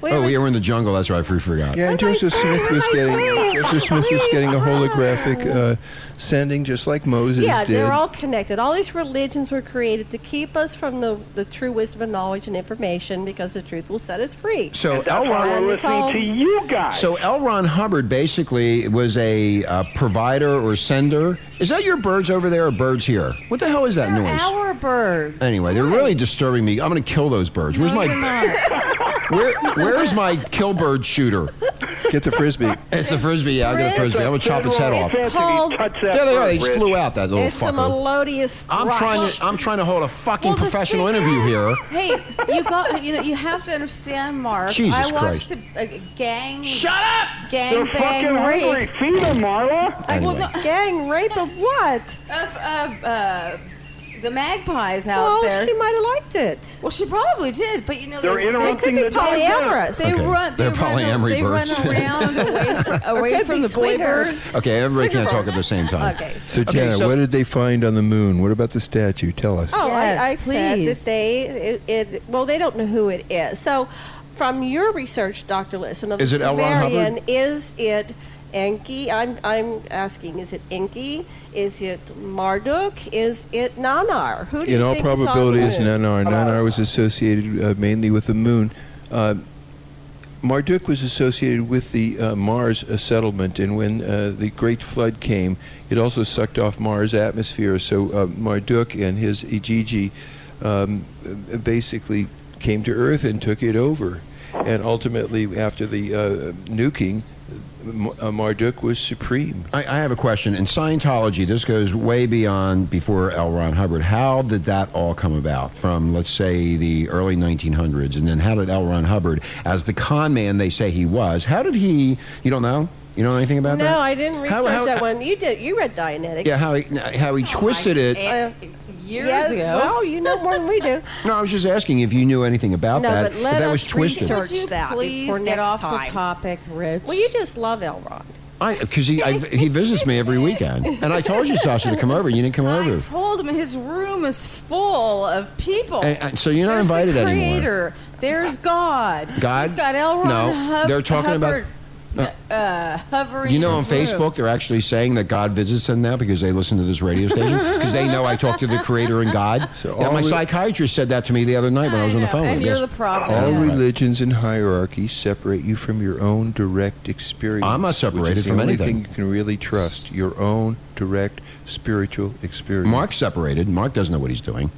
Speaker 7: We have
Speaker 9: oh,
Speaker 7: a-
Speaker 9: yeah, we're in the jungle. That's right. We forgot.
Speaker 10: Yeah, and Joseph Smith was getting Joseph Smith was getting a holographic uh, sending, just like Moses
Speaker 7: yeah,
Speaker 10: did.
Speaker 7: they're all connected. All these religions were created to keep us from the, the true wisdom and knowledge and information because the truth will set us free.
Speaker 9: So L.
Speaker 7: why
Speaker 9: Ron,
Speaker 7: we're listening all- to
Speaker 13: you guys.
Speaker 9: So L. Ron Hubbard basically was a uh, provider or sender. Is that your birds over there or birds here? What the hell is that noise?
Speaker 2: Our bird.
Speaker 9: Anyway, they're really disturbing me. I'm going to kill those birds. Where's my where Where is my kill bird shooter?
Speaker 10: Get the frisbee.
Speaker 9: It's a frisbee. Yeah, I'll get a frisbee. I will chop its head off.
Speaker 7: It's called.
Speaker 9: There they are. They just flew out. That little
Speaker 7: It's a
Speaker 9: fucker.
Speaker 7: melodious.
Speaker 9: I'm
Speaker 7: thrush.
Speaker 9: trying to I'm trying to hold a fucking
Speaker 2: Well, the
Speaker 9: professional
Speaker 2: thing
Speaker 9: interview
Speaker 2: is-
Speaker 9: here.
Speaker 2: Hey, you got you know you have to understand, Mark.
Speaker 9: Jesus
Speaker 2: I watched
Speaker 9: Christ.
Speaker 2: a, a gang.
Speaker 9: Shut up!
Speaker 2: Gang bang rape
Speaker 13: Feed them, Marla.
Speaker 2: I- well, no,
Speaker 7: Gang rape of what?
Speaker 2: of of uh, the magpies out
Speaker 7: Well,
Speaker 2: there.
Speaker 7: she might have liked it.
Speaker 2: well, she probably did, but you know
Speaker 13: They're
Speaker 2: they, they
Speaker 13: interrupting
Speaker 2: could be
Speaker 13: the digest.
Speaker 2: polyamorous. They
Speaker 9: Okay,
Speaker 2: run. They
Speaker 9: they're
Speaker 2: run,
Speaker 9: polyamory
Speaker 2: they run
Speaker 9: birds.
Speaker 2: around away from, away
Speaker 7: could
Speaker 2: from
Speaker 7: be
Speaker 2: the boy
Speaker 7: swingers.
Speaker 2: birds.
Speaker 9: Okay, everybody can't talk at the same time.
Speaker 7: Okay.
Speaker 10: So,
Speaker 9: Okay,
Speaker 10: Janet,
Speaker 9: so-
Speaker 10: what did they find on the moon? What about the statue? Tell us.
Speaker 7: Oh,
Speaker 2: Yes,
Speaker 7: I, I said
Speaker 2: please.
Speaker 7: that they, it, it, well, they don't know who it is. So, from your research, Dr. Lisson, of
Speaker 9: Is
Speaker 7: the
Speaker 9: it L. Ron
Speaker 7: Sumerian,
Speaker 9: Hubbard?
Speaker 7: is it Enki? I'm, I'm asking, is it Enki? Is it Marduk? Is it Nanar? Who do
Speaker 10: in
Speaker 7: you
Speaker 10: all
Speaker 7: think is on the
Speaker 10: probability is
Speaker 7: moon?
Speaker 10: Nanar. Nanar was associated uh, mainly with the moon. Uh, Marduk was associated with the uh, Mars uh, settlement, and when uh, the Great Flood came, it also sucked off Mars' atmosphere. So uh, Marduk and his Igigi um, uh, basically came to Earth and took it over. And ultimately, after the uh, nuking, M- uh, Marduk was supreme.
Speaker 9: I, I have a question. In Scientology, this goes way beyond before L. Ron Hubbard. How did that all come about from, let's say, the early 1900s? And then how did L. Ron Hubbard, as the con man they say he was, how did he, you don't know? You know anything about that?
Speaker 7: No, I didn't
Speaker 9: How-
Speaker 7: research
Speaker 9: how-
Speaker 7: that one. You did. You read Dianetics.
Speaker 9: Yeah, how he, how he twisted it.
Speaker 7: Uh,
Speaker 2: Oh, years
Speaker 7: yeah,
Speaker 2: ago.
Speaker 7: Well, you know more than we do.
Speaker 9: No, I was just asking if you knew anything about
Speaker 7: no,
Speaker 9: that.
Speaker 7: but
Speaker 9: if
Speaker 7: let
Speaker 9: that
Speaker 7: us
Speaker 9: was twisted.
Speaker 7: research that
Speaker 2: please
Speaker 7: before
Speaker 2: get
Speaker 7: next
Speaker 2: off the
Speaker 7: time.
Speaker 2: topic, Rich?
Speaker 7: Well, you just love Elron.
Speaker 9: Because he I, he visits me every weekend, and I told you Sasha to come over, and you didn't come over.
Speaker 2: told him his room is full of people.
Speaker 9: And- and so you're not
Speaker 2: There's
Speaker 9: invited
Speaker 2: the
Speaker 9: anymore.
Speaker 2: creator. There's God.
Speaker 9: God?
Speaker 2: He's got L. Ron
Speaker 9: No,
Speaker 2: Hub-
Speaker 9: they're talking about-
Speaker 2: Hubbard, uh, hovering.
Speaker 9: You know,
Speaker 2: in
Speaker 9: on
Speaker 2: his room.
Speaker 9: Facebook, they're actually saying that God visits them now because they listen to this radio station because they know I talk to the Creator and God. yeah,
Speaker 10: all
Speaker 9: my
Speaker 10: we-
Speaker 9: psychiatrist said that to me the other night when I was on the phone.
Speaker 2: and you're
Speaker 9: Yes.
Speaker 2: the problem.
Speaker 10: All
Speaker 9: Yeah.
Speaker 10: religions and hierarchies separate you from your own direct experience.
Speaker 9: I'm not
Speaker 10: which is
Speaker 9: separated
Speaker 10: the
Speaker 9: from
Speaker 10: only
Speaker 9: anything.
Speaker 10: thing you can really trust your own direct spiritual experience.
Speaker 9: Mark's separated. Mark doesn't know what he's doing.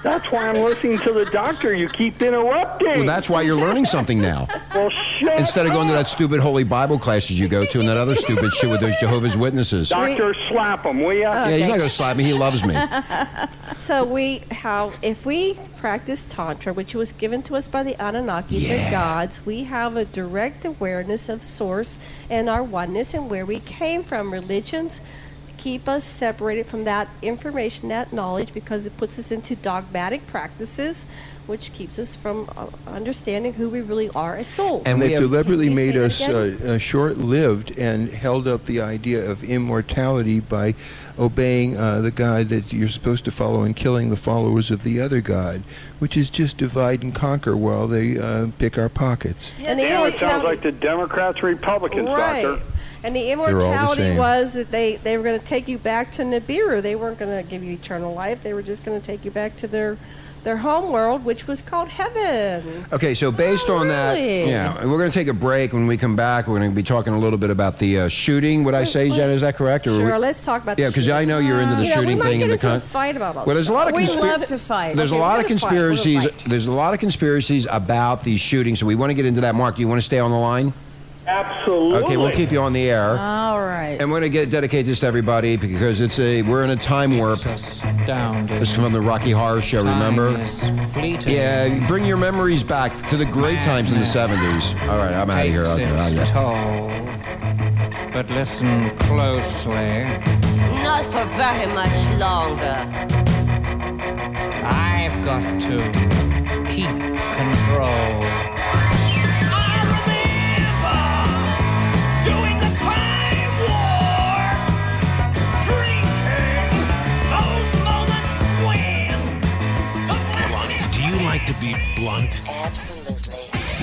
Speaker 8: That's why I'm listening to the doctor. You keep
Speaker 9: Well,
Speaker 8: interrupting.
Speaker 9: that's why you're learning something now.
Speaker 8: Well, shut
Speaker 9: Instead of going to that stupid holy Bible classes you go to and that other stupid shit with those Jehovah's Witnesses.
Speaker 13: Doctor, slap him, will
Speaker 7: Uh,
Speaker 13: ya?
Speaker 9: Yeah, he's not going to slap me. He loves me.
Speaker 7: So we how if we practice tantra, which was given to us by the Anunnaki,
Speaker 9: Yeah.
Speaker 7: the gods, we have a direct awareness of source and our oneness and where we came from. Religions keep us separated from that information, that knowledge, because it puts us into dogmatic practices, which keeps us from uh, understanding who we really are as souls.
Speaker 10: And they've deliberately
Speaker 7: Can you
Speaker 10: made
Speaker 7: say that
Speaker 10: us
Speaker 7: again?
Speaker 10: uh, uh, short-lived and held up the idea of immortality by obeying uh, the god that you're supposed to follow and killing the followers of the other god, which is just divide and conquer while they uh, pick our pockets.
Speaker 7: And the
Speaker 13: Now
Speaker 7: only-
Speaker 13: it sounds like the Democrats and Republicans,
Speaker 7: right.
Speaker 13: Doctor.
Speaker 7: And the
Speaker 10: all the
Speaker 7: immortality
Speaker 10: same.
Speaker 7: was that they, they were going to take you back to Nibiru. They weren't going to give you eternal life. They were just going to take you back to their their home world, which was called heaven.
Speaker 9: Okay, so based on
Speaker 2: Oh,
Speaker 9: that,
Speaker 7: really?
Speaker 9: yeah, and we're going to take a break. When we come back, we're going to be talking a little bit about the uh, shooting. Would I say, Jen? Is that correct? Or
Speaker 7: Sure,
Speaker 9: we-
Speaker 7: let's talk about. the
Speaker 9: yeah, because
Speaker 7: shooting.
Speaker 9: I know you're into the
Speaker 7: You know, we
Speaker 9: shooting
Speaker 7: might
Speaker 9: thing and
Speaker 7: get
Speaker 9: the
Speaker 7: into a
Speaker 9: con-
Speaker 7: fight about all
Speaker 9: Well, there's a lot of
Speaker 2: we
Speaker 9: conspira-
Speaker 2: love to fight.
Speaker 9: There's
Speaker 2: Okay,
Speaker 9: a lot
Speaker 2: we're
Speaker 9: of
Speaker 2: gonna fight, we're gonna
Speaker 9: conspiracies.
Speaker 2: fight.
Speaker 9: There's a lot of conspiracies about these shootings, so we want to get into that. Mark, you want to stay on the line?
Speaker 13: Absolutely.
Speaker 9: Okay, we'll keep you on the air.
Speaker 2: All right.
Speaker 9: And we're going to get, dedicate this to everybody because it's a we're in a time warp. This is from the Rocky Horror Show. Remember? Yeah, bring your memories back to the great times in the '70s. All right, I'm out of here.
Speaker 14: takes
Speaker 9: Okay,
Speaker 14: its
Speaker 9: I'll get-
Speaker 14: toll. But listen closely.
Speaker 15: Not for very much longer.
Speaker 14: I've got to keep control.
Speaker 11: Doing the time war, drinking those moments when
Speaker 3: Blunt. Do you like to be blunt? Absolutely.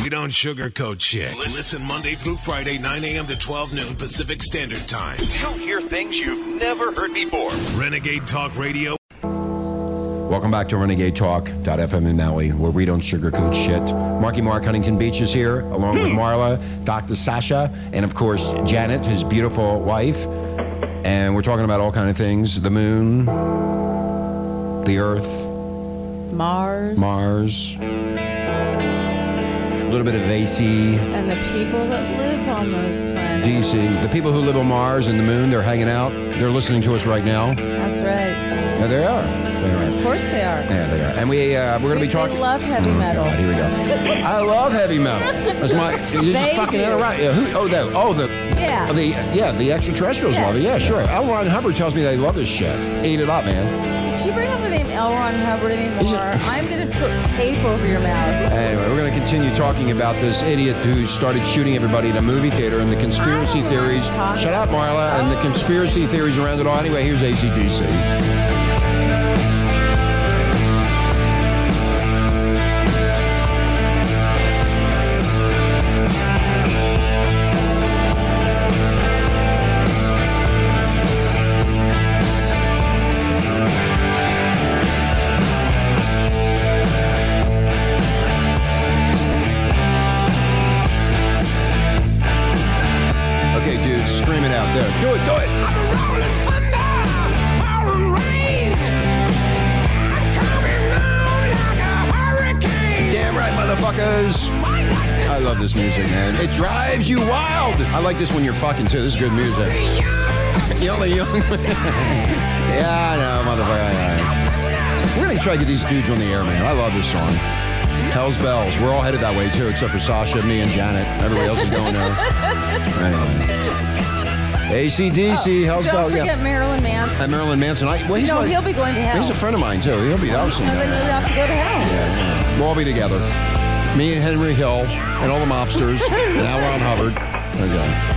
Speaker 3: We don't sugarcoat shit. Listen Monday through Friday, 9 a.m. to 12 noon Pacific Standard Time.
Speaker 8: You'll hear things you've never heard before.
Speaker 3: Renegade Talk Radio.
Speaker 9: Welcome back to Renegade Talk FM in Maui, where we don't sugarcoat shit. Marky Mark Huntington Beach is here, along with Marla, Dr. Sasha, and of course Janet, his beautiful wife. And we're talking about all kind of things: the moon, the Earth,
Speaker 2: Mars
Speaker 9: Mars, a little bit of AC,
Speaker 2: and the people that live on those planets.
Speaker 9: DC. The people who live on Mars and the moon, they're hanging out. They're listening to us right now.
Speaker 2: That's right.
Speaker 9: Yeah, they are. They
Speaker 2: Of
Speaker 9: are.
Speaker 2: course they are.
Speaker 9: Yeah, they are. And we uh, we're going to
Speaker 2: We-
Speaker 9: be talking.
Speaker 2: They love heavy
Speaker 9: Oh,
Speaker 2: metal.
Speaker 9: God, here we go. I love heavy metal. That's my. You just
Speaker 2: They
Speaker 9: fucking
Speaker 2: do.
Speaker 9: interrupt. Yeah, who, oh, that. Oh, the.
Speaker 2: Yeah.
Speaker 9: The yeah, the extraterrestrials
Speaker 2: Yes.
Speaker 9: love it. Yeah, sure. L. Ron Hubbard tells me they love this shit. Eat it up, man.
Speaker 2: If you bring up the name L. Ron Hubbard anymore, I'm going to put tape over your mouth.
Speaker 9: Anyway, we're going to continue talking about this idiot who started shooting everybody in a movie theater and the conspiracy theories. Shut up, Marla. And the conspiracy theories around it all. Anyway, here's ACDC. Okay, dude, scream it out there. Do it, do it.
Speaker 11: rolling thunder, pouring rain,
Speaker 9: love this music, man. It drives you wild. I like this when you're fucking too. This is good music. The only young. yeah, I know, motherfucker. I know. We're gonna try to get these dudes on the air, man. I love this song. Hell's bells. We're all headed that way too, except for Sasha, me, and Janet. Everybody else is going there. Anyway. ACDC, Hell's
Speaker 2: Don't
Speaker 9: bells.
Speaker 2: forget
Speaker 9: yeah.
Speaker 2: Marilyn Manson.
Speaker 9: And Marilyn Manson. I, well, he's
Speaker 2: No,
Speaker 9: my-
Speaker 2: he'll be going to hell.
Speaker 9: He's a friend of mine too. He'll be. I'll
Speaker 2: And then you have to go to hell.
Speaker 9: We'll all be together. Me and Henry Hill and all the mobsters. and now we're on Hubbard. Okay.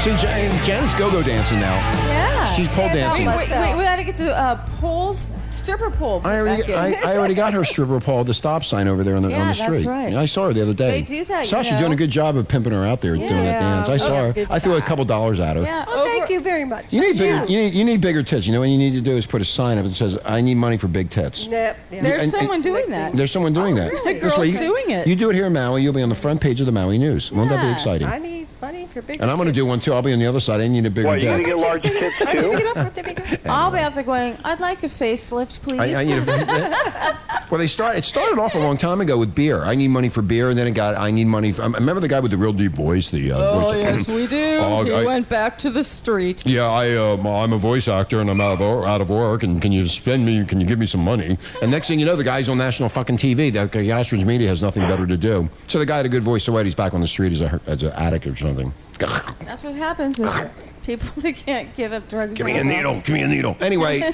Speaker 9: See, Jan- Janet's go-go dancing now.
Speaker 2: Yeah.
Speaker 9: She's pole dancing.
Speaker 2: Wait, wait, wait, we gotta get to uh, poles, stripper pole.
Speaker 9: I already,
Speaker 2: back in.
Speaker 9: I, I already got her stripper pole at the stop sign over there on the, on
Speaker 2: Yeah,
Speaker 9: the
Speaker 2: that's
Speaker 9: street.
Speaker 2: right.
Speaker 9: Yeah, I saw her the other day.
Speaker 2: They do that, you
Speaker 9: Sasha's
Speaker 2: know.
Speaker 9: doing a good job of pimping her out there doing that
Speaker 2: Yeah.
Speaker 9: dance. I saw
Speaker 2: Oh,
Speaker 9: her.
Speaker 2: good
Speaker 9: I threw a couple dollars at her.
Speaker 2: Yeah,
Speaker 7: Oh, thank you very much.
Speaker 9: Oh, You need bigger.
Speaker 7: Thank
Speaker 9: You need, you need bigger tits. You know what you need to do is put a sign up that says, "I need money for big tits."
Speaker 7: Nope, yeah.
Speaker 2: There's
Speaker 9: And- and-
Speaker 2: someone doing that.
Speaker 9: There's someone doing that.
Speaker 2: Oh, really? The
Speaker 9: This way
Speaker 2: girl's doing it.
Speaker 9: You do it here in Maui, you'll be on the front page of the Maui News. Won't that be
Speaker 2: Yeah.
Speaker 9: exciting?
Speaker 7: I need money for big.
Speaker 9: and I'm going to do one too. I'll be on the other side. I need a bigger
Speaker 13: What, you
Speaker 9: dick.
Speaker 13: gonna get large tits too?
Speaker 2: I'll be out there going. I'd like a facelift, please.
Speaker 9: I, I need a, well, they start. It started off a long time ago with beer. I need money for beer, and then it got. I need money. For, I remember the guy with the real deep voice. The uh,
Speaker 2: oh
Speaker 9: voice-
Speaker 2: yes, we do.
Speaker 9: Oh,
Speaker 2: he
Speaker 9: I-
Speaker 2: went back to the street.
Speaker 9: Yeah, I um, I'm a voice actor and I'm out of or- out of work. And can you spend me? Can you give me some money? And next thing you know, the guy's on national fucking TV. The the Ostrich Media has nothing better to do. So the guy had a good voice. So he's back on the street as a as an addict or something.
Speaker 2: That's what happens with people that can't give up drugs.
Speaker 9: Give me a needle. Give me a needle. Anyway, uh,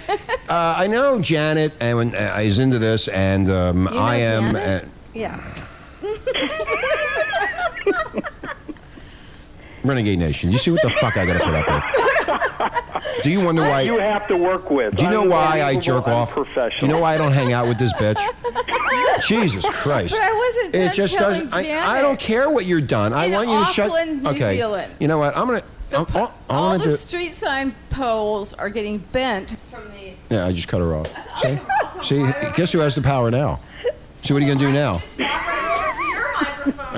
Speaker 9: I know Janet and uh, is into this, and um,
Speaker 2: You know
Speaker 9: I am.
Speaker 2: Janet?
Speaker 9: Uh,
Speaker 7: Yeah.
Speaker 9: Renegade Nation. You see what the fuck I gotta put up with? Do you wonder why?
Speaker 13: You have to work with.
Speaker 9: Do you know why I jerk
Speaker 13: Unbelievable,
Speaker 9: off? You know why I don't hang out with this bitch? Jesus Christ!
Speaker 2: But I wasn't done telling Janet.
Speaker 9: I, I don't care what you're done. I
Speaker 2: In
Speaker 9: want you to shut.
Speaker 2: Auckland, New
Speaker 9: okay.
Speaker 2: Zealand.
Speaker 9: You know what? I'm gonna. I'm, all, all I'm
Speaker 2: All
Speaker 9: gonna
Speaker 2: the
Speaker 9: oh, do.
Speaker 2: street sign poles are getting bent from the.
Speaker 9: yeah, I just cut her off. See? See? Guess who has the power now? See what are you gonna do now? Uh,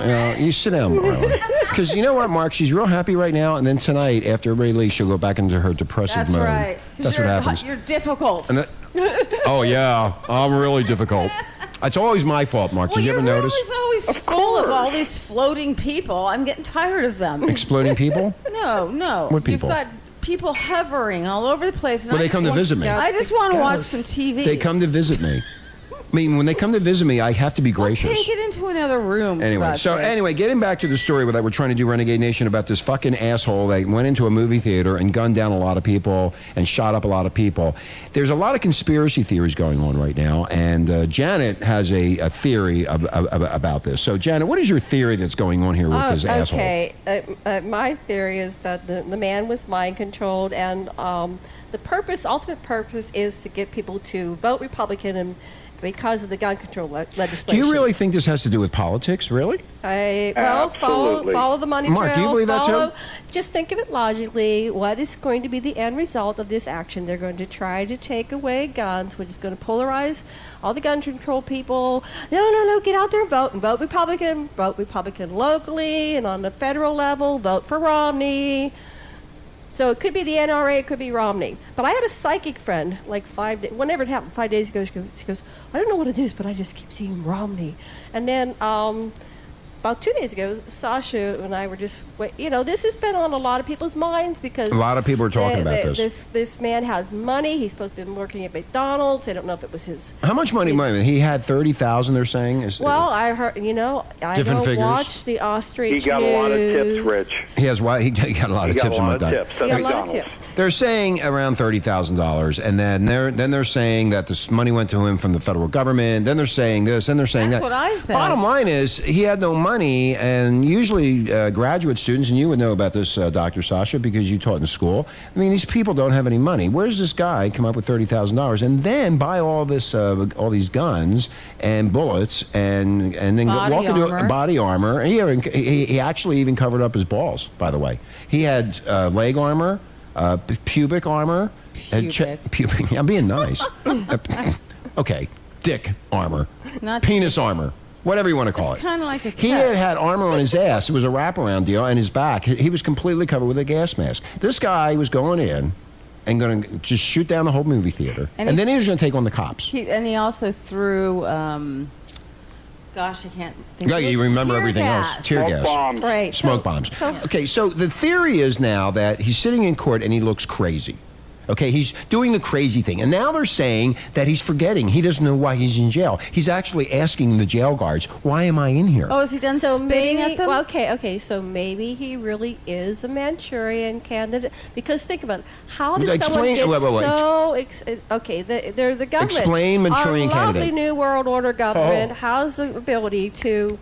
Speaker 9: Oh. you sit down, Marla. Because you know what, Mark? She's real happy right now, and then tonight, after everybody leaves, she'll go back into her depressive
Speaker 2: That's
Speaker 9: mode.
Speaker 2: right. 'Cause
Speaker 9: That's what
Speaker 2: you're,
Speaker 9: happens.
Speaker 2: You're difficult.
Speaker 9: And that, oh yeah, I'm really difficult. It's always my fault, Mark.
Speaker 2: well,
Speaker 9: Did you
Speaker 2: your
Speaker 9: ever
Speaker 2: room
Speaker 9: notice
Speaker 2: is always full of all these floating people. I'm getting tired of them.
Speaker 9: exploding people?
Speaker 2: No, no.
Speaker 9: What people?
Speaker 2: You've got people hovering all over the place. and
Speaker 9: Well,
Speaker 2: I
Speaker 9: they
Speaker 2: just
Speaker 9: come to
Speaker 2: want-
Speaker 9: visit me.
Speaker 2: I just want to watch some TV.
Speaker 9: They come to visit me. I mean, when they come to visit me, I have to be gracious.
Speaker 2: Take it into another room. for
Speaker 9: Anyway,
Speaker 2: God's
Speaker 9: so
Speaker 2: sakes.
Speaker 9: anyway, getting back to the story that we're trying to do, Renegade Nation, about this fucking asshole that went into a movie theater and gunned down a lot of people and shot up a lot of people. There's a lot of conspiracy theories going on right now, and uh, Janet has a, a theory of, of, of- about this. So, Janet, what is your theory that's going on here with
Speaker 7: Uh,
Speaker 9: this asshole?
Speaker 7: okay, uh, uh, my theory is that the, the man was mind controlled, and um, the purpose, ultimate purpose, is to get people to vote Republican, and because of the gun control le-
Speaker 9: Do
Speaker 7: legislation.
Speaker 9: you really think this has to do with politics? Really?
Speaker 7: I, well, follow,
Speaker 9: Absolutely.
Speaker 7: follow the money
Speaker 9: Mark, do
Speaker 7: trail.
Speaker 9: you believe that too?
Speaker 7: follow, Just think of it logically. What is going to be the end result of this action? They're going to try to take away guns, which is going to polarize all the gun control people. No, no, no, get out there and vote. And vote Republican. Vote Republican locally and on the federal level. Vote for Romney. So it could be the NRA, it could be Romney. But I had a psychic friend, like five, da- whenever it happened, five days ago, she goes, she goes, I don't know what it is, but I just keep seeing Romney. And then um, about two days ago, Sasha and I were just, wa- you know, this has been on a lot of people's minds because
Speaker 9: A lot of people are talking about this.
Speaker 7: This this man has money. He's supposed to have been working at McDonald's. I don't know if it was his.
Speaker 9: How much money? wait a minute, He had thirty thousand. They're saying. Is,
Speaker 7: Well, I heard, you know, I
Speaker 9: Different
Speaker 7: don't
Speaker 9: figures.
Speaker 7: watch the ostrich.
Speaker 13: He got a lot of tips,
Speaker 7: news.
Speaker 13: Rich.
Speaker 9: he has. Why he got a lot
Speaker 13: He
Speaker 9: of
Speaker 13: got
Speaker 9: tips
Speaker 13: a
Speaker 9: on
Speaker 13: lot
Speaker 9: my
Speaker 13: of
Speaker 9: diet.
Speaker 13: tips.
Speaker 7: He got a lot of tips.
Speaker 9: They're saying around thirty thousand dollars, and then they're then they're saying that this money went to him from the federal government. Then they're saying this, and they're saying
Speaker 2: That's
Speaker 9: that.
Speaker 2: what I said.
Speaker 9: Bottom line is he had no money, and usually uh, graduate students, and you would know about this, uh, Doctor Sasha, because you taught in school. I mean, these people don't have any money. Where's this guy come up with thirty thousand dollars and then buy all this, uh, all these guns and bullets, and and then
Speaker 2: Body
Speaker 9: walk into
Speaker 2: armor.
Speaker 9: a body armor. And he, even- he, he actually even covered up his balls. By the way, he had uh, leg armor, uh, p- pubic armor, and che- pubic. I'm being nice. Uh, okay, dick armor,
Speaker 2: Not-
Speaker 9: penis armor, whatever you want to call
Speaker 2: It's
Speaker 9: it.
Speaker 2: kind of like a
Speaker 9: He
Speaker 2: cat.
Speaker 9: had, had armor on his ass. It was a wraparound deal, and his back. He he was completely covered with a gas mask. This guy was going in and going to just shoot down the whole movie theater,
Speaker 2: And
Speaker 9: and,
Speaker 2: he-
Speaker 9: then he was going to take on the cops.
Speaker 2: He, and he also threw um, Gosh, I can't think
Speaker 9: Yeah,
Speaker 2: of it.
Speaker 9: you remember
Speaker 2: Tear
Speaker 9: everything
Speaker 2: gas.
Speaker 9: else. Tear gas.
Speaker 2: Right.
Speaker 9: Smoke
Speaker 2: so-
Speaker 9: bombs.
Speaker 2: so-
Speaker 9: okay, so the theory is now that he's sitting in court and he looks crazy. Okay, he's doing the crazy thing. And now they're saying that he's forgetting. He doesn't know why he's in jail. He's actually asking the jail guards, why am I in here?
Speaker 2: Oh, is he done
Speaker 7: so
Speaker 2: spitting
Speaker 7: maybe,
Speaker 2: at them?
Speaker 7: well, okay, okay. So maybe he really is a Manchurian candidate. Because think about it. How does someone
Speaker 9: Explain-
Speaker 7: get
Speaker 9: wait, wait, wait.
Speaker 7: so... Ex- eh, okay, the, there's a government.
Speaker 9: Explain Manchurian
Speaker 7: Our lovely
Speaker 9: candidate.
Speaker 7: New World Order government has the ability to...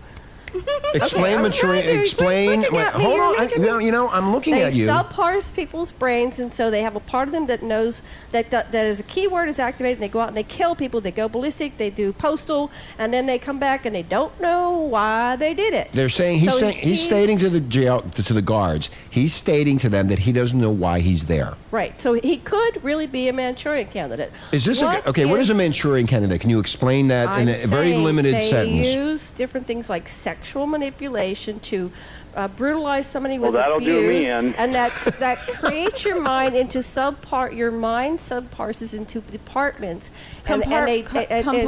Speaker 9: Explain
Speaker 7: I'm
Speaker 9: maturity.
Speaker 7: trying to-
Speaker 9: Explain.
Speaker 7: looking
Speaker 9: wait,
Speaker 7: at me,
Speaker 9: hold
Speaker 7: you're
Speaker 9: on. I,
Speaker 7: making
Speaker 9: no, you know, I'm looking
Speaker 7: they
Speaker 9: at you.
Speaker 7: subparse people's brains, and so they have a part of them that knows that that, that is a keyword is activated. And they go out and they kill people. They go ballistic. They do postal, and then they come back and they don't know why they did it.
Speaker 9: They're saying he's
Speaker 7: So
Speaker 9: saying he's, stating to the jail to, to the guards. He's stating to them that he doesn't know why he's there.
Speaker 7: right. So he could really be a Manchurian candidate.
Speaker 9: Is this a, okay? what is a Manchurian candidate? Can you explain that
Speaker 7: I'm
Speaker 9: in a very
Speaker 7: saying
Speaker 9: limited
Speaker 7: they
Speaker 9: sentence?
Speaker 7: use different things like sexual manipulation to uh, brutalize somebody
Speaker 13: Well,
Speaker 7: with
Speaker 13: that'll
Speaker 7: abuse,
Speaker 13: do me in.
Speaker 7: and that that creates your mind into subpart. Your mind subparses into departments, and, and,
Speaker 2: Compart-
Speaker 7: they,
Speaker 2: co-
Speaker 7: and, and- Yeah,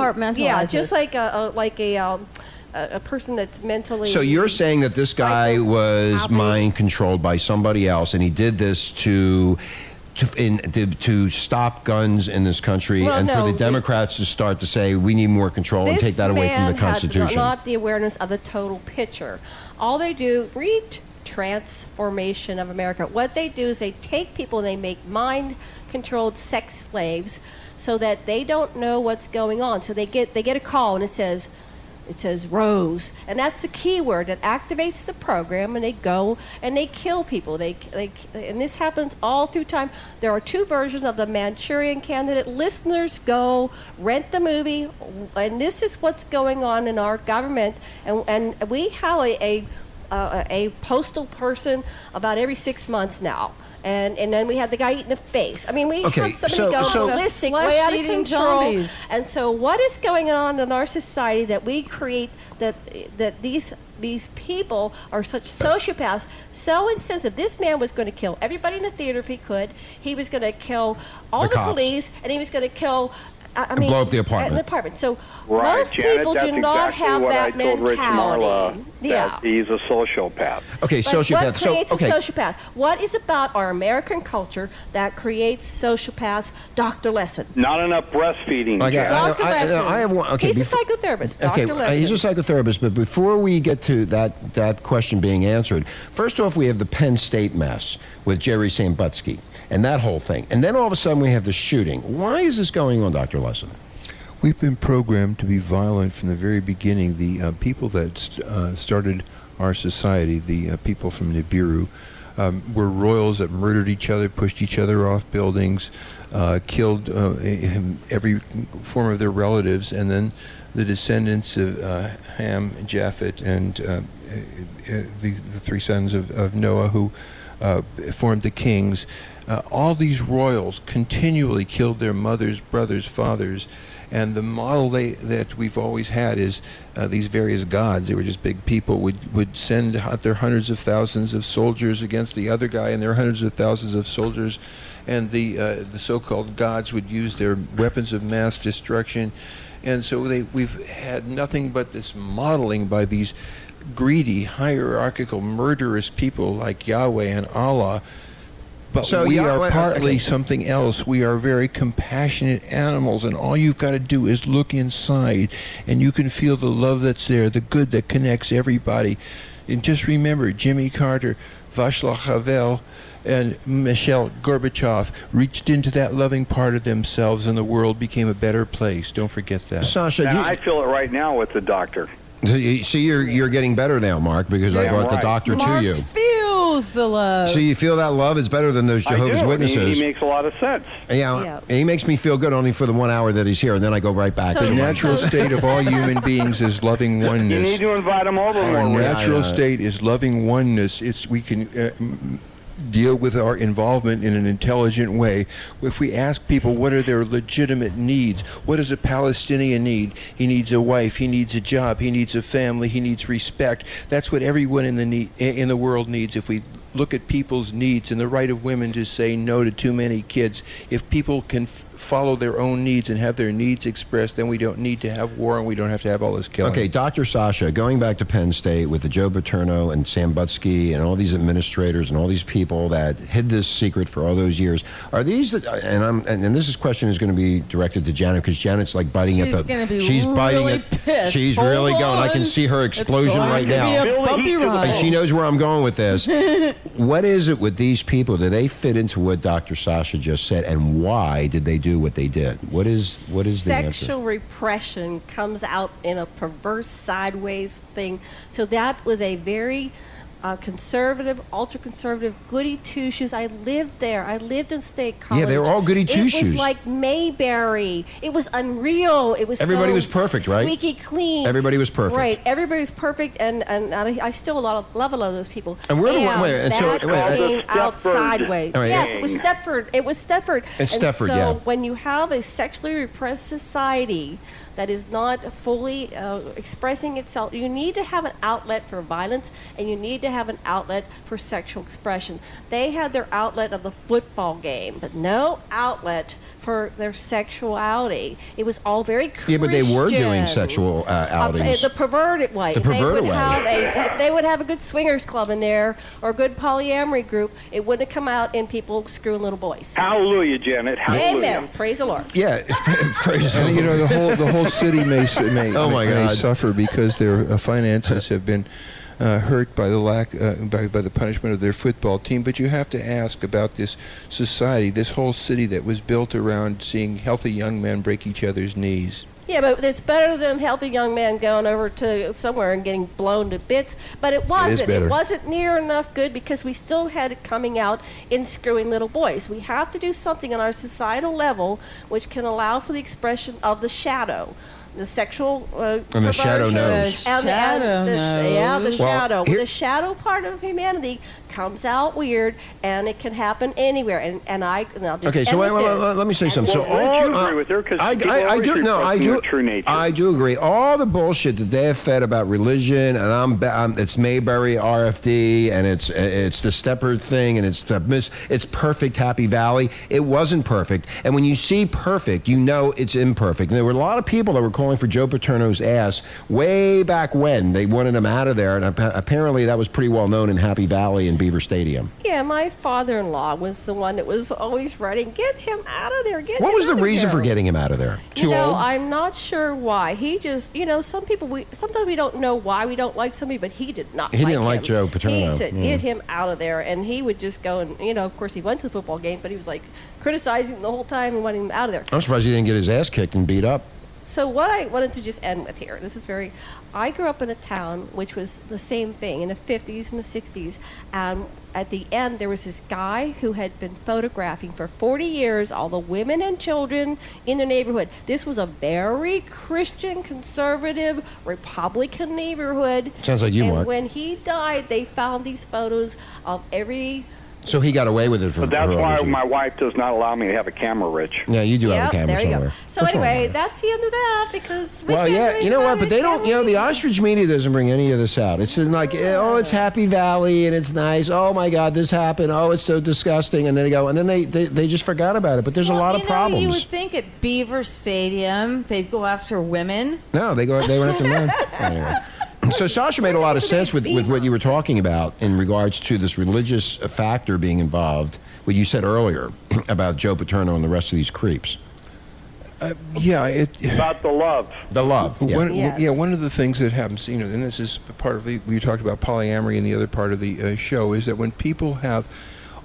Speaker 2: compartmentalizes.
Speaker 7: just like a, a like a. Um, a a person that's mentally
Speaker 9: So you're saying that this guy was mind controlled by somebody else, and he did this to. To, in, to, to stop guns in this country
Speaker 7: Well,
Speaker 9: and
Speaker 7: no,
Speaker 9: for the
Speaker 7: it-
Speaker 9: Democrats to start to say we need more control and
Speaker 7: This
Speaker 9: take that away from
Speaker 7: man
Speaker 9: the
Speaker 7: had
Speaker 9: Constitution.
Speaker 7: not the awareness of the total picture. All they do, read Transformation of America. What they do is they take people and they make mind controlled sex slaves so that they don't know what's going on. So they get they get a call and it says it says Rose, and that's the key word that activates the program, and they go and they kill people. They, they and this happens all through time. There are two versions of the Manchurian Candidate. Listeners, go rent the movie, and this is what's going on in our government, and and we have a. a uh, a postal person about every six months now. And, and then we have the guy eating a face. I mean, we
Speaker 9: Okay,
Speaker 7: have somebody
Speaker 9: so-
Speaker 7: go
Speaker 9: so-
Speaker 7: ballistic,
Speaker 2: Flesh
Speaker 7: way out of
Speaker 2: eating
Speaker 7: control.
Speaker 2: zombies.
Speaker 7: And so, what is going on in our society that we create that that these these people are such sociopaths, so insensitive? This man was going to kill everybody in the theater if he could. He was going to kill all
Speaker 9: The
Speaker 7: the,
Speaker 9: cops.
Speaker 7: police, and he was going to kill. I, I
Speaker 9: And
Speaker 7: mean,
Speaker 9: blow up the
Speaker 7: uh,
Speaker 9: apartment.
Speaker 7: The apartment. So
Speaker 13: Right,
Speaker 7: most
Speaker 13: Janet,
Speaker 7: people
Speaker 13: that's
Speaker 7: do not
Speaker 13: exactly
Speaker 7: have
Speaker 13: what
Speaker 7: that
Speaker 13: I told
Speaker 7: mentality.
Speaker 13: Rich Marla,
Speaker 7: yeah.
Speaker 13: That he's a sociopath.
Speaker 9: okay,
Speaker 7: But
Speaker 9: sociopath.
Speaker 7: What creates
Speaker 9: so, okay,
Speaker 7: a sociopath? What is about our American culture that creates sociopaths? Dr. Lesson.
Speaker 13: Not enough breastfeeding.
Speaker 9: I got- I-
Speaker 13: Jack.
Speaker 9: I- I- I have one. Okay,
Speaker 7: He's a
Speaker 9: before-
Speaker 7: psychotherapist.
Speaker 9: Okay,
Speaker 7: Dr.
Speaker 9: uh,
Speaker 7: Lesson.
Speaker 9: he's a psychotherapist, but before we get to that, that question being answered, first off, we have the Penn State mess with Jerry St. Butsky and that whole thing. And then all of a sudden we have the shooting. Why is this going on, Dr. Lesson?
Speaker 10: We've been programmed to be violent from the very beginning. The uh, people that st- uh, started our society, the uh, people from Nibiru, um, were royals that murdered each other, pushed each other off buildings, uh, killed uh, him- every form of their relatives, and then the descendants of uh, Ham, Japhet, and uh, uh, uh, the, the three sons of, of Noah who uh, formed the kings. Uh, all these royals continually killed their mothers, brothers, fathers, and the model they, that we've always had is uh, these various gods. They were just big people would would send out their hundreds of thousands of soldiers against the other guy, and their hundreds of thousands of soldiers, and the uh, the so-called gods would use their weapons of mass destruction, and so they we've had nothing but this modeling by these greedy, hierarchical, murderous people like Yahweh and Allah. But
Speaker 9: So
Speaker 10: we
Speaker 9: Yahweh-
Speaker 10: are partly
Speaker 9: okay.
Speaker 10: something else. We are very compassionate animals, and all you've got to do is look inside, and you can feel the love that's there, the good that connects everybody. And just remember Jimmy Carter, Václav Havel, and Michelle Gorbachev reached into that loving part of themselves, and the world became a better place. Don't forget that.
Speaker 9: Sasha,
Speaker 13: And Uh, I feel it right now with the doctor.
Speaker 9: you, you- see, you're, you're getting better now, Mark, because I
Speaker 13: Yeah,
Speaker 9: brought the
Speaker 13: right.
Speaker 9: doctor
Speaker 2: Mark
Speaker 9: to you.
Speaker 2: feels the love.
Speaker 9: So you feel that love is better than those
Speaker 13: I do.
Speaker 9: Jehovah's
Speaker 13: and he-
Speaker 9: Witnesses.
Speaker 13: He, makes a lot of sense.
Speaker 9: yeah,
Speaker 13: Yes.
Speaker 9: he makes me feel good only for the one hour that he's here, and then I go right back.
Speaker 10: The
Speaker 9: to my-
Speaker 10: natural state of all human beings is loving
Speaker 13: You
Speaker 10: oneness.
Speaker 13: need to invite him over
Speaker 10: Our
Speaker 13: more. Rick.
Speaker 10: natural
Speaker 9: Oh, Yeah, yeah.
Speaker 10: state is loving oneness. It's we can uh, m- deal with our involvement in an intelligent way. If we ask people what are their legitimate needs, what does a Palestinian need? He needs a wife. He needs a job. He needs a family. He needs respect. That's what everyone in the need, in the world needs. If we look at people's needs and the right of women to say no to too many kids, if people can f- follow their own needs and have their needs expressed, then we don't need to have war and we don't have to have all this killing.
Speaker 9: Okay, Dr. Sasha, going back to Penn State with the Joe Paterno and Sam Butsky and all these administrators and all these people that hid this secret for all those years, are these, and I'm, and, and this question is going to be directed to Janet because Janet's like biting
Speaker 2: She's
Speaker 9: at the,
Speaker 2: gonna be
Speaker 9: she's biting
Speaker 2: really
Speaker 9: at,
Speaker 2: pissed.
Speaker 9: she's
Speaker 2: Hold
Speaker 9: really going, I can
Speaker 2: on.
Speaker 9: see her
Speaker 2: It's
Speaker 9: explosion
Speaker 2: going
Speaker 9: right
Speaker 2: to be
Speaker 9: now.
Speaker 2: a bumpy ride.
Speaker 9: And she knows where I'm going with this. what is it with these people? Do they fit into what Dr. Sasha just said and why did they do what they did? What is, what is the answer?
Speaker 7: sexual repression comes out in a perverse sideways thing so that was a very uh, conservative ultra conservative goody two shoes i lived there i lived in state college
Speaker 9: Yeah, they were all goody-two-shoes.
Speaker 7: it was like mayberry it was unreal it was
Speaker 9: Everybody
Speaker 7: so
Speaker 9: was perfect, right?
Speaker 7: squeaky clean
Speaker 9: Everybody was perfect.
Speaker 7: right everybody's perfect and and i, I still a lot of, love a lot of those people
Speaker 9: And we're the one- wait, and so-
Speaker 7: that
Speaker 9: wait, I-
Speaker 7: came out
Speaker 9: Stepford.
Speaker 7: sideways
Speaker 9: All right,
Speaker 7: yes
Speaker 9: and-
Speaker 7: it was stepford it was stepford
Speaker 9: And Stepford,
Speaker 7: so
Speaker 9: yeah.
Speaker 7: when you have a sexually repressed society that is not fully uh, expressing itself, you need to have an outlet for violence and you need to have an outlet for sexual expression. They had their outlet of the football game, but no outlet for their sexuality. It was all very Christian.
Speaker 9: Yeah, but they were doing sexual uh,
Speaker 7: Uh,
Speaker 9: outings.
Speaker 7: the perverted way.
Speaker 9: The
Speaker 7: If they
Speaker 9: perverted
Speaker 7: would
Speaker 9: way.
Speaker 7: Have a, if they would have a good swingers club in there or a good polyamory group, it wouldn't have come out in people screwing little boys.
Speaker 13: Hallelujah, Janet. Hallelujah.
Speaker 7: Amen. Praise the Lord.
Speaker 9: yeah, praise
Speaker 10: and, you know the whole the whole city may s- may,
Speaker 9: Oh, my
Speaker 10: may
Speaker 9: God.
Speaker 10: suffer because their uh, finances have been uh, hurt by the lack uh, by, by the punishment of their football team. But you have to ask about this society, this whole city that was built around seeing healthy young men break each other's knees.
Speaker 7: Yeah, but it's better than healthy young men going over to somewhere and getting blown to bits. But it wasn't.
Speaker 10: better.
Speaker 7: It wasn't near enough good because we still had it coming out in screwing little boys. We have to do something on our societal level which can allow for the expression of the shadow. The sexual uh,
Speaker 9: And the shadow
Speaker 7: perversion.
Speaker 9: knows.
Speaker 2: The
Speaker 7: And- and
Speaker 2: shadow
Speaker 7: the sh- yeah, the
Speaker 2: knows.
Speaker 9: Well,
Speaker 7: shadow.
Speaker 9: here-
Speaker 7: the shadow part of humanity comes out weird, and it can happen anywhere. And and I and I'll just
Speaker 9: Okay, so
Speaker 7: end
Speaker 9: wait,
Speaker 7: with
Speaker 9: wait,
Speaker 7: this.
Speaker 9: wait, let me say something. So
Speaker 13: Well, would you
Speaker 9: all,
Speaker 13: agree with her? 'Cause
Speaker 9: I,
Speaker 13: people
Speaker 9: I, I
Speaker 13: always
Speaker 9: do no,
Speaker 13: express
Speaker 9: I do.
Speaker 13: their true nature.
Speaker 9: I do agree. All the bullshit that they have fed about religion, and I'm, ba- I'm it's Mayberry RFD, and it's it's the Stepper thing, and it's the miss, it's perfect Happy Valley. It wasn't perfect, and when you see perfect, you know it's imperfect. And there were a lot of people that were calling for Joe Paterno's ass way back when they wanted him out of there, and appa- apparently that was pretty well known in Happy Valley and Beaver Stadium.
Speaker 7: Yeah, my father-in-law was the one that was always writing, "Get him out of there! Get
Speaker 9: What
Speaker 7: him
Speaker 9: was the
Speaker 7: out of
Speaker 9: reason
Speaker 7: there."
Speaker 9: for getting him out of there?
Speaker 7: You know, I'm not sure why. He just, you know, some people we sometimes we don't know why we don't like somebody, but he did not.
Speaker 9: He didn't
Speaker 7: him.
Speaker 9: like Joe Paterno, hmm.
Speaker 7: He said,
Speaker 9: yeah.
Speaker 7: "Get him out of there," and he would just go and, you know, of course, he went to the football game, but he was like criticizing the whole time and wanting him out of there.
Speaker 9: I'm surprised he didn't get his ass kicked and beat up.
Speaker 7: So what I wanted to just end with here, this is very, I grew up in a town which was the same thing in the 50s and the 60s. And at the end, there was this guy who had been photographing for 40 years all the women and children in the neighborhood. This was a very Christian, conservative, Republican neighborhood.
Speaker 9: Sounds like you,
Speaker 7: And
Speaker 9: Mark.
Speaker 7: when he died, they found these photos of every
Speaker 9: So he got away with it for.
Speaker 13: But that's
Speaker 9: for all
Speaker 13: why
Speaker 9: these years.
Speaker 13: my wife does not allow me to have a camera, Rich.
Speaker 9: Yeah, you do have a
Speaker 7: Yep,
Speaker 9: camera
Speaker 7: there you
Speaker 9: somewhere.
Speaker 7: go. So
Speaker 9: What's wrong
Speaker 7: anyway,
Speaker 9: with it?
Speaker 7: that's the end of that because we
Speaker 9: Well,
Speaker 7: can't
Speaker 9: yeah,
Speaker 7: do
Speaker 9: you know what?
Speaker 7: anything
Speaker 9: But they don't. You know, the ostrich media doesn't bring any of this out. It's like, eh, oh, it's Happy Valley and it's nice. Oh my God, this happened. Oh, it's so disgusting. And then they go, and then they they, they just forgot about it. But there's a lot of
Speaker 2: you know,
Speaker 9: problems.
Speaker 2: You would think at Beaver Stadium they'd go after women.
Speaker 9: No, they go. They went after men. Anyway. So Sasha made a lot of sense with, with what you were talking about in regards to this religious factor being involved. What you said earlier about Joe Paterno and the rest of these creeps.
Speaker 10: Uh, yeah, it.
Speaker 13: About the love.
Speaker 9: The love. Yeah.
Speaker 10: One, yeah, one of the things that happens, you know, and this is part of the, we talked about polyamory in the other part of the uh, show, is that when people have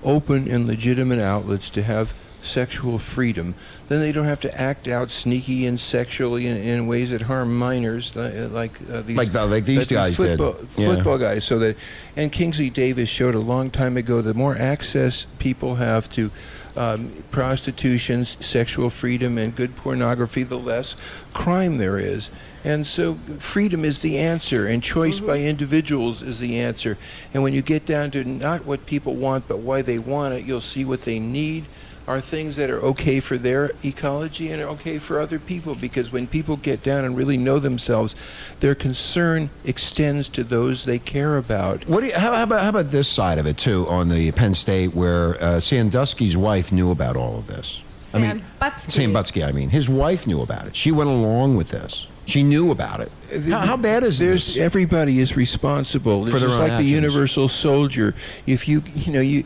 Speaker 10: open and legitimate outlets to have sexual freedom, then they don't have to act out sneaky and sexually in, in ways that harm minors, li- uh, like uh, these,
Speaker 9: Like the- like these guys did.
Speaker 10: football,
Speaker 9: Yeah.
Speaker 10: football guys. So that, and Kingsley Davis showed a long time ago, the more access people have to um, prostitution, s- sexual freedom, and good pornography, the less crime there is. And so, freedom is the answer, and choice by individuals is the answer. And when you get down to not what people want, but why they want it, you'll see what they need are things that are okay for their ecology and are okay for other people. Because when people get down and really know themselves, their concern extends to those they care about.
Speaker 9: What do you, how, how about how about this side of it too on the Penn State where uh, Sandusky's wife knew about all of this? I mean,
Speaker 2: Butsky.
Speaker 9: Sam Butsky, I mean. His wife knew about it. She went along with this. She knew about it. How, how bad is
Speaker 10: there's,
Speaker 9: this?
Speaker 10: Everybody is responsible.
Speaker 9: For
Speaker 10: It's
Speaker 9: their
Speaker 10: just
Speaker 9: own
Speaker 10: like
Speaker 9: actions.
Speaker 10: the universal soldier. If you you know you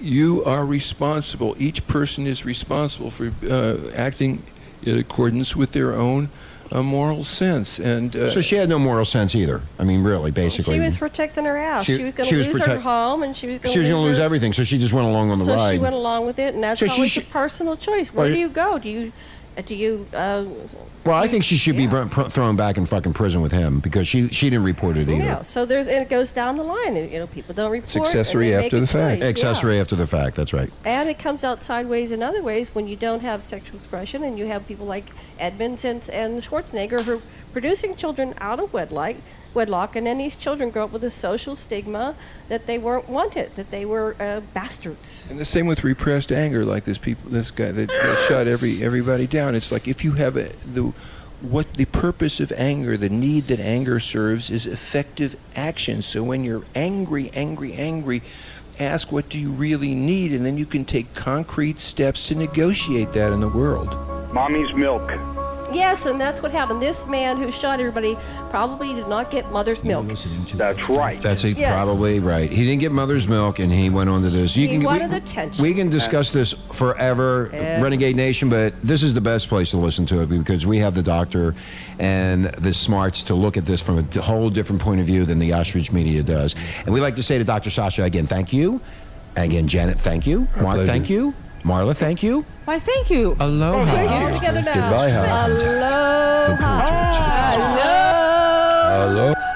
Speaker 10: you are responsible. Each person is responsible for uh, acting in accordance with their own uh, moral sense. And uh,
Speaker 9: so she had no moral sense either. I mean, really, basically.
Speaker 7: She was protecting her ass.
Speaker 9: She-
Speaker 7: She, was going
Speaker 9: she
Speaker 7: to
Speaker 9: was
Speaker 7: lose her
Speaker 9: protect-
Speaker 7: home, and she was going
Speaker 9: she was
Speaker 7: to
Speaker 9: going to lose
Speaker 7: her-
Speaker 9: everything, so she just went along on the
Speaker 7: so
Speaker 9: ride.
Speaker 7: she went along with it, and that's
Speaker 9: So she
Speaker 7: always
Speaker 9: should-
Speaker 7: a personal choice. Where
Speaker 9: Well,
Speaker 7: do you go? Do you uh, do you uh,
Speaker 9: well, I think she should be br- pr- thrown back in fucking prison with him because she, she didn't report it either.
Speaker 7: yeah? So there's and it goes down the line. You know, people don't report.
Speaker 9: It's
Speaker 7: and they make a choice, yeah.
Speaker 9: Accessory after the fact. That's right.
Speaker 7: And it comes out sideways in other ways when you don't have sexual expression and you have people like Edmonds and, and Schwarzenegger who are producing children out of wedlock, wedlock, and then these children grow up with a social stigma that they weren't wanted, that they were uh, bastards.
Speaker 10: And the same with repressed anger, like this people, this guy that, that shot every everybody down. It's like if you have a, the what the purpose of anger, the need that anger serves is effective action. So when you're angry, angry, angry, ask what do you really need, and then you can take concrete steps to negotiate that in the world.
Speaker 13: Mommy's milk.
Speaker 7: Yes, and that's what happened. This man who shot everybody probably did not get mother's milk.
Speaker 13: That's right.
Speaker 9: That's it,
Speaker 7: Yes.
Speaker 9: probably right. He didn't get mother's milk, and he went on to this. You
Speaker 7: He
Speaker 9: can,
Speaker 7: wanted
Speaker 9: we,
Speaker 7: attention.
Speaker 9: We can discuss this forever,
Speaker 7: Yeah.
Speaker 9: Renegade Nation, but this is the best place to listen to it because we have the doctor and the smarts to look at this from a d- whole different point of view than the ostrich media does. And we like to say to Dr. Sasha again, thank you. And again, Janet, thank you. Mark,
Speaker 10: pleasure.
Speaker 9: thank you. Marla, thank you.
Speaker 2: Why, thank you.
Speaker 15: Oh,
Speaker 9: Aloha.
Speaker 2: You're together now.
Speaker 9: Goodbye, Howard.
Speaker 2: Aloha. Aloha.
Speaker 9: Hello.